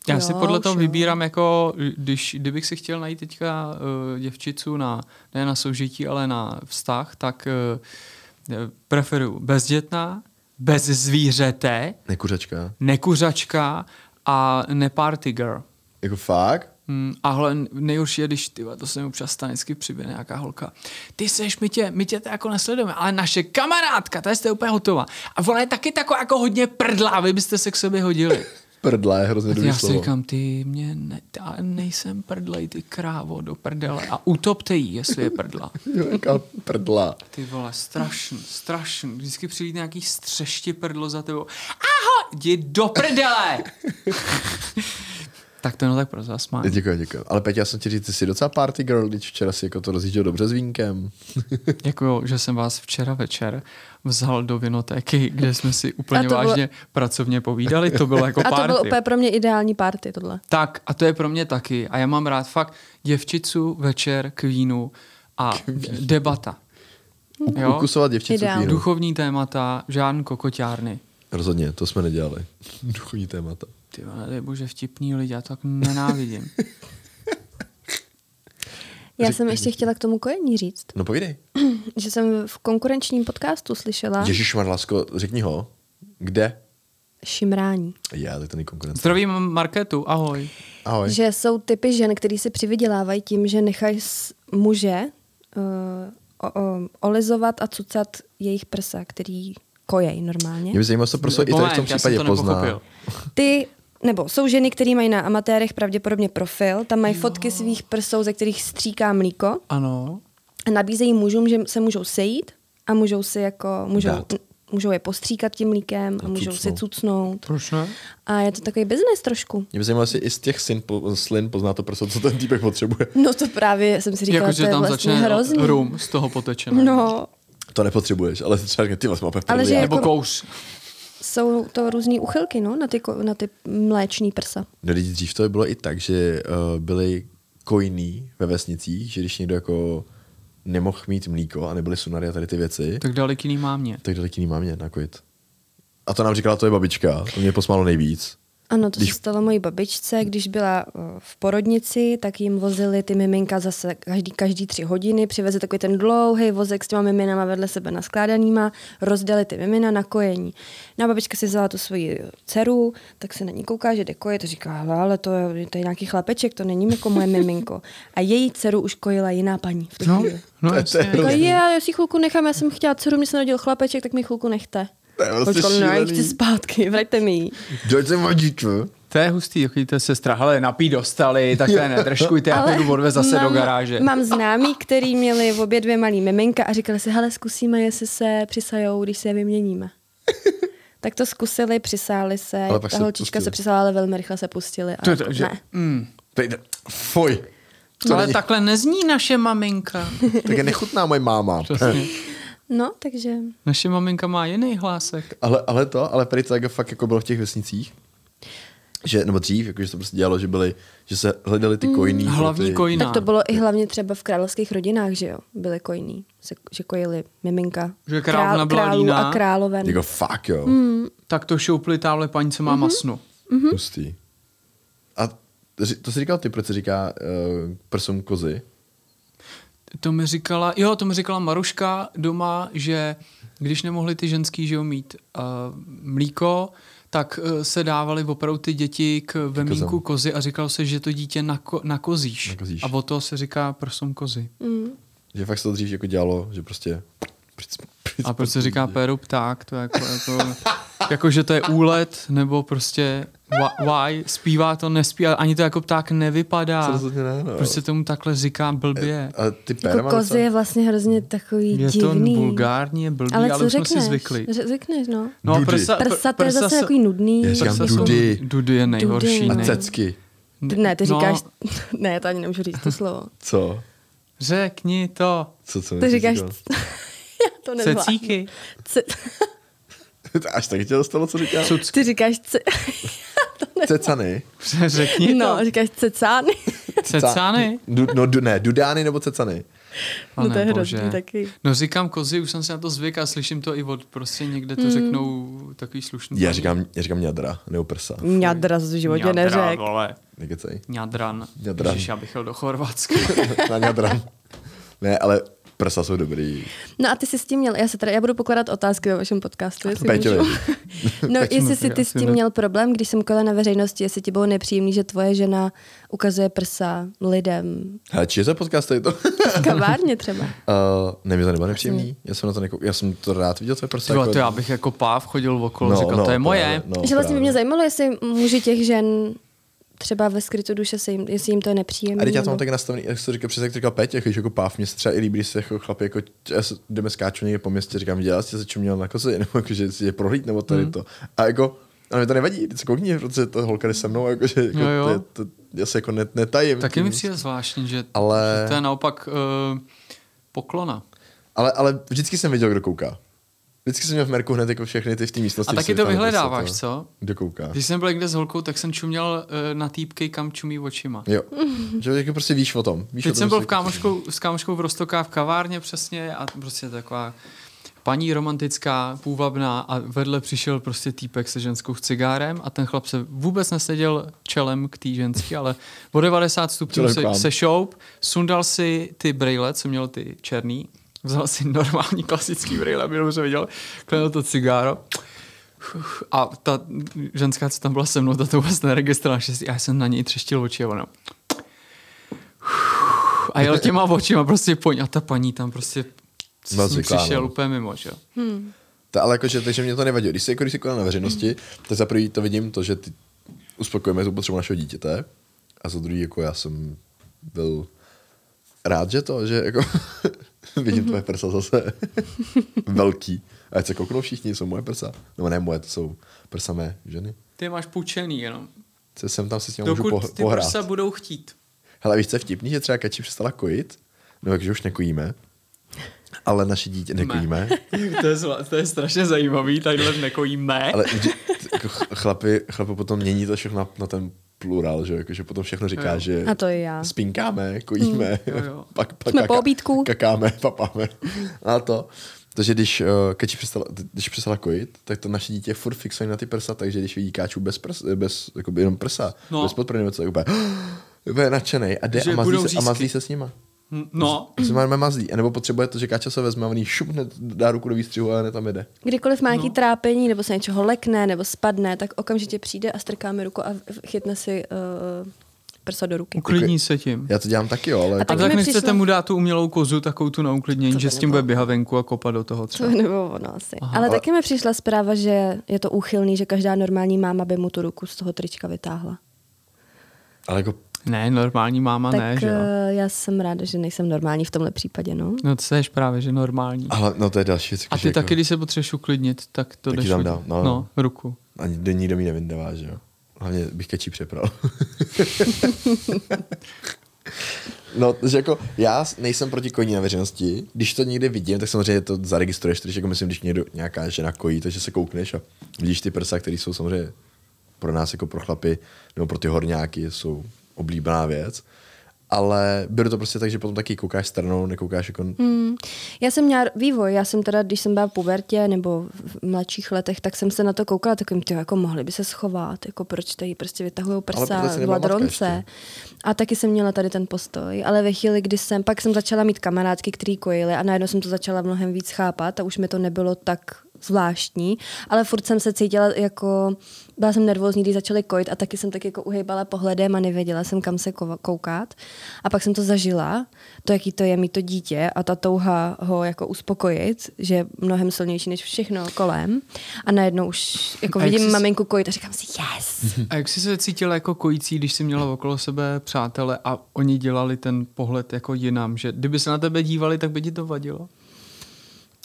S1: Já
S3: Jo,
S1: si podle
S3: už
S1: toho
S3: jo.
S1: vybírám jako, když, kdybych si chtěl najít teďka uh, děvčicu na, ne na soužití, ale na vztah, tak uh, preferuju bezdětná, bez zvířete,
S2: Nekuřačka.
S1: nekuřačka a neparty girl.
S2: Jako fakt?
S1: Hmm, a hle, nejhorší je, když ty, vole, to se mi občas stane, vždycky přiběhne nějaká holka. Ty seš, my tě, my tě to jako nesledujeme, ale naše kamarádka, ta jste úplně hotová. A ona je taky taková jako hodně prdlá, vy byste se k sobě hodili.
S2: Prdla je hrozně
S1: Já
S2: dobrý
S1: si
S2: slovo.
S1: říkám, ty mě, ne, já nejsem prdlej, ty krávo do prdele a utopte jí, jestli je prdla.
S2: Jo, jaká prdla.
S1: Ty vole, strašný, strašný. Vždycky přijde nějaký střešti prdlo za tebou. Aho, jdi do prdele! Tak to jenom tak pro zasmání.
S2: Děkuji, děkuji. Ale Petě, já jsem ti říct, ty jsi docela party girl, když včera si jako to rozjížděl dobře s vínkem.
S1: Děkuju, že jsem vás včera večer vzal do vinotéky, kde jsme si úplně
S3: A to bylo-
S1: vážně pracovně povídali. To bylo jako
S3: A to
S1: party.
S3: bylo úplně pro mě ideální party tohle.
S1: Tak a to je pro mě taky. A já mám rád fakt děvčicu, večer, k vínu a debata.
S2: U-
S1: Jo?
S2: Ukusovat děvčicu k
S3: Ideál.
S2: vínu.
S1: Duchovní témata, žádný kokoťárny.
S2: Rozhodně, to jsme nedělali. Duchovní témata.
S1: Ty vole, dej bože, vtipný lidi, já to tak nenávidím.
S3: Já jsem ještě chtěla k tomu kojení říct,
S2: No povídej.
S3: že jsem v konkurenčním podcastu slyšela
S2: Ježíš Marlasko, řekni ho. Kde?
S3: šimrání.
S2: Já, tak to není konkurence.
S1: Zdravím Marketu, ahoj.
S2: Ahoj.
S3: Že jsou typy žen, který si přivydělávají tím, že nechají s- muže uh, o, o, olizovat a cucat jejich prsa, který kojej normálně.
S2: Mě by zajímalo, co prostě i tady v tom
S1: Moment, já jsem
S2: případě
S1: to
S2: pozná.
S1: nepochopil.
S3: Ty, nebo jsou ženy, které mají na amatérech pravděpodobně profil, tam mají jo. fotky svých prsou, ze kterých stříká mlíko
S1: Ano.
S3: a nabízejí mužům, že se můžou sejít a můžou si jako, můžou,
S2: Dát.
S3: můžou je postříkat tím mlíkem a můžou si
S2: cucnout.
S3: cucnout.
S1: Proč ne?
S3: A je to takový business trošku.
S2: Mě by zajímalo, jestli i z těch sin, po, slin pozná to prso, co ten týpek potřebuje.
S3: No to právě jsem si říkala,
S1: Jakože
S3: to je
S1: Jako, tam
S3: vlastně
S1: začne
S3: hrozný.
S1: rum z toho poteče. ne?
S3: No,
S2: To nepotřebuješ, ale třeba řekne, ty vás má
S3: Ale že-
S1: Nebo
S3: jako-
S1: kous.
S3: jsou to různé uchylky, no, na ty, ko- na ty mléční prsa.
S2: No, teď dřív to bylo i tak, že uh, byly kojný ve vesnicích, že když někdo jako nemohl mít mlíko a nebyly sunary a tady ty věci, tak,
S1: Tak dali k jiný mámě.
S2: tak dali k jiný mámě na kojit. A to nám říkala tvoje babička, to mě posmálo nejvíc.
S3: Ano, to když...
S2: Když-
S3: se stalo mojí babičce, když byla eh, v porodnici, tak jim vozili ty miminka zase každý, každý tři hodiny, přivezli takový ten dlouhý vozek s těma miminama vedle sebe naskládanýma, rozdali ty mimina na kojení. No a babička si vzala tu svoji dceru, tak se na ní kouká, že jde kojit a říká, "Hele, ale to je, to je nějaký chlapeček, to není jako moje miminko. A její dceru už kojila jiná paní v tu
S1: No,
S3: chvíli.
S1: no
S2: To- to
S1: jasně.
S2: je hrozný.
S3: Jako, je, já si chvilku nechám, já jsem chtěla dceru, mě se narodil chlapeček, tak mi chvilku nechte.
S2: To je
S1: vlastně
S2: prostě
S3: Počkám, no, ne,
S2: šílený.
S3: chci zpátky, vraťte mi ji.
S2: Dojď sem vodiču.
S1: To je hustý, jaký to je sestra, hele, napí dostali, tak to je nedržkujte, já to jdu odvez zase
S3: mám,
S1: do garáže.
S3: Mám známý, který měli obě dvě malý miminka a říkali si, hele, zkusíme, jestli se přisajou, když se je vyměníme. tak to zkusili, přisáli se,
S2: Ale pak
S3: ta
S2: se
S3: holčička
S2: pustili.
S3: se přisála, ale velmi rychle se pustili. A
S1: To je
S3: jako,
S1: to, že-
S3: ne.
S2: Tady jde. Fuj.
S1: To Ale není... takhle nezní naše maminka.
S2: Tak je nechutná moje máma.
S3: No, takže
S1: Naše maminka má jiný hlásek.
S2: Ale, ale to, ale tady to jako fakt jako bylo v těch vesnicích. Že, nebo dřív, jako, že to prostě dělalo, že byli, že se hledali ty kojný. pro
S1: Hlavní
S2: ty,
S1: kojný. Jiná.
S3: tak to bylo i hlavně třeba v královských rodinách, že jo, byly kojný, se, že kojili miminka.
S1: Že královna byla
S3: králů
S1: líná.
S3: a královen.
S2: Jako fakt, jo. Mm.
S1: Tak to šoupli táhle paní, co má
S3: Mhm.
S1: mm-hmm. masnu.
S2: Hustý. A ři- to jsi říkal ty, proč se říká uh, prsům kozy?
S1: To mi říkala, jo, to mi říkala Maruška doma, že když nemohli ty ženský, že jo, mít uh, mlíko, tak uh, se dávali opravdu ty děti k vemínku
S2: kozám.
S1: kozy a říkalo se, že to dítě nako, nakozíš.
S2: Nakozíš.
S1: A o to se říká prsom kozy.
S2: Že fakt se to dřív jako dělalo, že prostě... Pryc, pryc,
S1: A proč se
S2: prsům
S1: říká
S2: kozy.
S1: péru pták, to je jako, jako, jako, že to je úlet, nebo prostě wh- why, zpívá to, nespí, ale ani to jako pták
S2: To
S1: nevypadá.
S2: rozhodně ne, no.
S1: Prostě tomu takhle říká blbě.
S2: A ty péra
S3: jako
S2: má
S3: kozy
S2: docela-
S3: je vlastně hrozně takový
S1: Je to
S3: divný.
S1: vulgární, je blbý,
S3: ale
S1: ale,
S3: co
S1: už jsme
S3: řekneš?
S1: si zvykli.
S3: Ř- Řekneš, no.
S1: No a
S2: Dudy.
S1: prsa, pr-
S3: Prsa, to je
S1: prsa
S3: zase
S1: se-
S3: takový nudný.
S2: Já říkám
S1: prsa
S2: dudy.
S1: jsou- Dudy je nejhorší. No,
S3: Dudy.
S2: A
S1: nej-
S2: cecky.
S3: Ne, ty říkáš, ne, to ani nemůžu říct to slovo.
S2: Co?
S1: řekni to.
S2: Co, co?
S3: Ty
S2: jsi
S3: říkáš,
S2: říkal?
S3: já to nezvládnu.
S1: Cecíky.
S3: Ce,
S2: Až tak tě dostalo, co říkám?
S1: Co-
S3: ty říkáš, ce,
S2: Cecany.
S1: Řekni to.
S3: no, říkáš cecány.
S1: Cecány.
S2: Du, no, du, ne, dudány nebo cecany.
S3: No to je
S1: Pane
S3: hrozný
S1: bože.
S3: taky.
S1: No říkám kozy, už jsem se na to zvyk a slyším to i od prostě někde
S3: Hmm.
S1: to řeknou takový slušný.
S2: Já
S1: paní.
S2: říkám, já říkám ňadra, nebo prsa.
S3: Mňadra v životě
S1: Ňadra, no.
S3: neřek.
S1: vole.
S2: Nekecej.
S1: Ňadran.
S2: Ňadran.
S1: Ježiš, já bych jel do Chorvatska.
S2: Na ňadra. Ne, ale prsa jsou dobrý.
S3: No a ty jsi s tím měl, já se teda, já budu pokládat otázky ve vašem podcastu, jestli
S2: Péťovi.
S3: můžu. No,
S1: Peťo,
S3: jestli
S1: no,
S3: jsi
S1: já
S3: ty s
S1: si
S3: tím
S1: ne-
S3: měl problém, když jsem kolem na veřejnosti, jestli ti bylo nepříjemný, že tvoje žena ukazuje prsa lidem,
S2: Hele, či je to podcast tady to?
S3: v kavárně třeba.
S2: Uh, ne, mi to nebylo nepříjemný. Já jsem na to nekou... Já jsem to rád viděl, tvoje prsa.
S1: Tyhle, to já bych jako páv chodil okolo, no, říkal, to je moje.
S2: právě, no,
S3: že vlastně by
S2: právě.
S3: mě zajímalo, jestli muži těch žen třeba ve skrytu duše, se jim, jestli jim to je nepříjemné.
S2: A teď já to mám taky nastavený, jak jsi to říkal, přesně jak to říkal Petě, když jako páv, mě se třeba i líbí, když se jako chlapi, jako já se-
S1: Hmm.
S2: jdeme skáču někde po městě, říkám, dělá jsi, co měl na koze, nebo jako, že si je prohlíd, nebo tady to. A jako Ale mi to nevadí, vždycky koukni, protože ta holka jde se mnou, jakože, jako,
S1: Jo, jo.
S2: To, je- to, já se jako net, netajím.
S1: Taky mi přijde zvláštní, že,
S2: Ale-
S1: že to je naopak uh, poklona.
S2: Ale, ale vždycky jsem viděl, kdo kouká. Vždycky jsem měl v Merku hned jako všechny ty v té místnosti.
S1: A taky
S2: jsem
S1: to
S2: tam
S1: vyhledáváš,
S2: prostě
S1: co?
S2: Kdo kouká.
S1: Když jsem byl někde s holkou, tak jsem čuměl uh, na týpky, kam čumí očima.
S2: Jo. že jako prostě víš o tom. Víš o
S1: Teď
S2: tom,
S1: jsem byl
S2: že- jako-
S1: v kámoškou, s kámoškou v Rostoká v kavárně přesně a prostě taková paní romantická, půvabná a vedle přišel prostě týpek se ženskou s cigárem a ten chlap se vůbec neseděl čelem k té ženský, ale o 90 stupňů
S2: Čelem k
S1: se,
S2: vám.
S1: se šoup, sundal si ty brýle, co měl ty černý, vzal si normální klasický brýle, aby dobře viděl, klenul to cigáro Uf, a ta ženská, co tam byla se mnou, ta to vůbec neregistrovala, že si, já jsem na něj třeštil oči a ona a jel těma očima prostě po ní. A ta paní tam prostě s
S2: Byla
S1: ním
S2: zvyklá,
S1: přišel
S2: no.
S1: úplně mimo, že? jo.
S2: Ta, ale jakože, takže mě to nevadí. Když se jako, když se koná na
S1: Mhm.
S2: veřejnosti, tak za prvý to vidím to, že ty uspokojíme tu potřebu našeho dítěte. A za druhý, jako já jsem byl rád, že to, že jako
S1: Mhm.
S2: vidím tvoje prsa zase velký. Ať se kouknou všichni, jsou moje prsa. No ne moje, to jsou prsa mé ženy.
S1: Ty máš půjčený jenom.
S2: Co jsem tam se s ním můžu
S1: Dokud
S2: poh-
S1: ty
S2: pohrát.
S1: prsa budou chtít.
S2: Hele, víš, co je vtipný, že třeba Kači přestala kojit, no takže už nekojíme, ale naše dítě nekojíme,
S1: to, je zla, to je strašně zajímavý, tadyhle nekojíme.
S2: ale vždy, jako ch- chlapi, chlapi potom mění to všechno na, na ten plural, že, jako, že potom všechno říká,
S1: Jo. Mm.
S2: že
S3: A to je já.
S2: spinkáme, kojíme,
S1: jo, jo.
S2: pak, pak
S3: Jsme po obídku.
S2: kakáme, papáme a to. Takže když uh, Kači přestala, když přestala kojit, tak to naše dítě je furt fixované na ty prsa, takže když vidí Káču bez, prs, bez jakoby jenom prsa,
S1: No.
S2: no. bez podprvy, nebo co, tak úplně, úplně nadšenej a jde
S1: Že
S2: a mazlí,
S1: budou
S2: se, a mazlí
S1: řízky.
S2: se s nima.
S1: Hm, No,
S2: Si máme mazlí. A nebo potřebuje to, že Káča se vezme a on jí šup hned dá ruku do výstřihu a ne tam jde.
S3: Kdykoliv má nějaký
S1: No.
S3: trápení, nebo se něčeho lekne, nebo spadne, tak okamžitě přijde a strká mi ruku a chytne si uh, prsa do ruky.
S1: uklidní se tím.
S2: Já to dělám taky, jo, ale jako-
S3: A
S1: A
S3: Tak
S1: tak
S3: mi
S1: nechcete
S3: přišlo-
S1: mu dát tu umělou kozu, takovou tu na uklidnění,
S3: To
S1: že
S3: by
S1: s tím
S3: nebylo.
S1: bude běhat venku a kopat do toho
S3: To
S1: třeba.
S3: nebo ono asi. Aha, ale,
S2: ale-
S3: taky mi přišla zpráva, že je to úchylný, že každá normální máma by mu tu ruku z toho trička vytáhla.
S2: ale jako
S1: Ne, normální máma
S3: tak
S1: ne, že jo.
S3: eh, já jsem ráda, že nejsem normální v tomhle případě, no.
S1: No to jsi právě, že normální.
S2: ale no to je další věc.
S1: A
S2: že
S1: ty taky, když se potřebuješ uklidnit, tak to
S2: Taky
S1: jdeš
S2: tam
S1: hodit.
S2: dám, no,
S1: no,
S2: no.
S1: ruku.
S2: Jako, ani do nikdo mi nevyndává, že jo. Hlavně bych kečí přepral. no, takže jako já s- nejsem proti koní na veřejnosti. Když to někde vidím, tak samozřejmě to zaregistruješ, takže jako myslím, když někdo, nějaká žena kojí, takže se koukneš a vidíš ty prsa, které jsou samozřejmě pro nás jako pro chlapy nebo pro ty horňáky jsou oblíbená věc. Ale bylo to prostě tak, že potom taky koukáš stranou, nekoukáš jako... Hmm.
S3: Já jsem měla vývoj, já jsem teda, když jsem byla v pubertě nebo v mladších letech, tak jsem se na to koukala takovým, ty jako mohli by se schovat, jako proč tady prostě vytahují prsa
S2: protože jsi
S3: v
S2: nebyla matka
S3: ladronce. A taky jsem měla tady ten postoj, ale ve chvíli, kdy jsem, pak jsem začala mít kamarádky, který kojily a najednou jsem to začala mnohem víc chápat a už mi to nebylo tak zvláštní, ale furt jsem se cítila jako, byla jsem nervózní, když začaly kojit a taky jsem tak jako uhejbala pohledem a nevěděla jsem, kam se kova- koukat. A pak jsem to zažila, to, jaký to je mít to dítě a ta touha ho jako uspokojit, že je mnohem silnější než všechno kolem. A najednou už jako
S1: A jak
S3: vidím
S1: jsi-
S3: maminku kojit a říkám si yes.
S1: A jak jsi se cítila jako kojící, když jsi měla okolo sebe přátele a oni dělali ten pohled jako jinam, že kdyby se na tebe dívali, tak by ti to vadilo?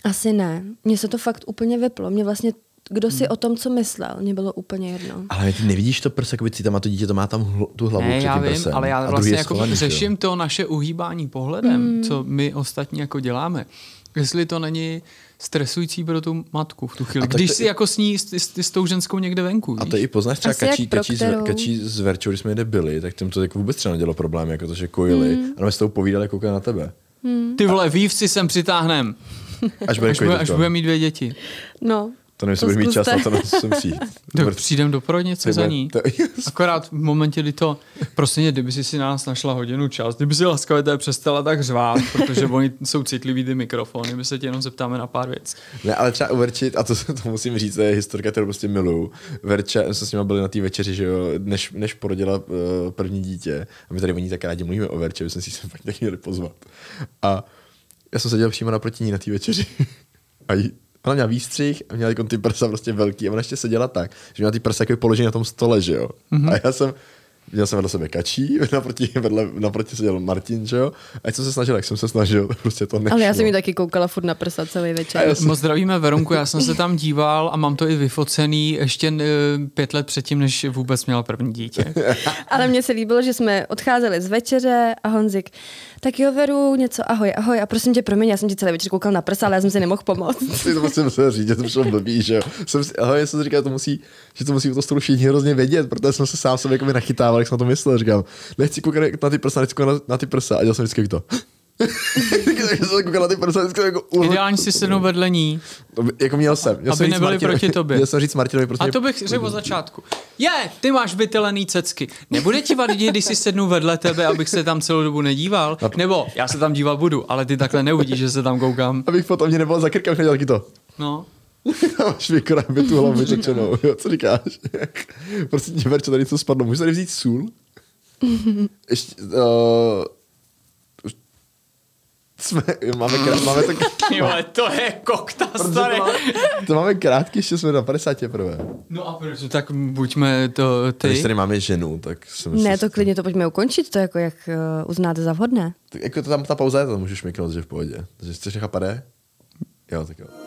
S3: Asi ne. Mně se to fakt úplně vyplo. Mě vlastně, kdo
S2: Hmm.
S3: si o tom, co myslel, mě bylo úplně jedno.
S2: Ale ty nevidíš to prsa, jako by tam a to dítě to má tam hlo, tu hlavu
S1: ne,
S2: před tím
S1: já vím,
S2: prsem.
S1: ale
S2: a
S1: já
S2: druhý
S1: vlastně
S2: je
S1: jako
S2: schovaný, že jo?
S1: řeším to naše uhýbání pohledem, co my ostatní jako děláme. Jestli to není stresující pro tu matku v tu chvíli,
S2: A tak
S1: když
S2: to
S1: si
S2: i-
S1: jako s ní, s, s, s tou ženskou někde venku.
S2: A
S1: víš?
S2: to i poznáš třeba
S3: Asi jak
S2: kačí,
S3: pro
S2: kačí,
S3: kterou.
S2: z, kačí z Verčou, když jsme jde byli, tak tím to jako vůbec třeba nedělo problém, jako to, že kojili.
S3: Hmm.
S2: Mm. A my s tou povídali, koukali na tebe.
S1: Ty vole, vývci sem přitáhnem,
S2: Až bude jako
S1: až, bude,
S2: kojit
S1: až
S2: teďko.
S1: bude mít dvě děti.
S3: No.
S2: To nevím, jestli bude mít čas
S3: zkuste.
S2: na to, na co jsem přijít.
S1: Tak přijdem do porodnice za ní.
S2: To,
S1: Akorát v momentě, kdy to, prostě mě, kdyby si si na nás našla hodinu čas, kdyby si laskavě té přestala tak řvát, protože oni jsou citliví ty mikrofony, my se tě jenom zeptáme na pár věc.
S2: ne, ale třeba u Verči, a to, to musím říct, to je historka, kterou prostě miluju. Verča, my jsme s nimi byli na té večeři, že jo, než, než porodila uh, první dítě. A my tady o ní tak rádi mluvíme o Verče, my jsme si sem fakt tak měli pozvat. A já jsem seděl přímo naproti ní na té večeři. A jí, ona měla výstřih a měla
S3: Mhm.
S2: jako ty prsa prostě velký a ona ještě seděla tak, že měla ty prsa jako položený na tom stole, že jo. Mm-hmm. A já jsem, Měl jsem vedle sebe kačí, naproti, vedle, naproti seděl Martin, že jo? Ať jsem se snažil, jak jsem se snažil, prostě to nešlo.
S3: Ale já jsem mi taky koukala furt na prsa celý
S2: A já
S3: večer.
S2: jsem-
S1: Moc zdravíme Veronku, já jsem se tam díval a mám to i vyfocený ještě eh, pět let předtím, než vůbec měla první dítě.
S3: Ale mně se líbilo, že jsme odcházeli z večeře a Honzik, tak jo Veru, něco, ahoj, ahoj. A prosím tě, promiň, já jsem ti celý večer koukal na prsa, ale já jsem si nemohl pomoct.
S2: si to prostě musel říct, že to přišlo blbý, že jo. Jsem si, ale já jsem si říkal, to musí, že to musí u toho stolu všichni hrozně vědět, protože jsem se sám sobě jakoby nachytával, jak jsem na to myslel. Říkám, nechci koukat na ty prsa, nechci koukat na, na ty prsa. A dělal jsem vždycky jak to. Takže jsem se koukal na ty prsa, vždycky jsem jako uhl...
S1: Ideálně si sednou vedle ní.
S2: To by- Jako měl jsem. Měl
S1: Aby
S2: jsem říct
S1: nebyli
S2: Martinovi-
S1: proti tobě.
S2: Měl jsem říct Martinovi, prostě
S1: A to bych řekl od začátku. Je, ty máš vytelený cecky. Nebude ti vadit, když si sednu vedle tebe, abych se tam celou dobu nedíval? Nebo já se tam dívat budu, ale ty takhle neuvidíš, že se tam koukám.
S2: Abych potom mě nebyl za krkem, abych nedělal taky to.
S1: No.
S2: Máš vykorám by tu hlavu vytočenou. Jo, co říkáš? prostě tě verče, tady něco spadlo. Můžu tady vzít sůl? Ještě, uh, jsme, máme, krát, máme to,
S1: Jo, to je kokta, staré.
S2: to máme krátký, ještě jsme na 50 prvé.
S1: No a proč? Tak buďme to
S2: Když
S1: ty.
S2: tady máme ženu, tak si myslím,
S3: Ne, to klidně to pojďme ukončit, to jako jak eh, uznáte za vhodné.
S2: Tak, jako to tam ta pauza je, to můžeš miknout, že v pohodě. Takže chceš nechat padé? Jo, tak jo.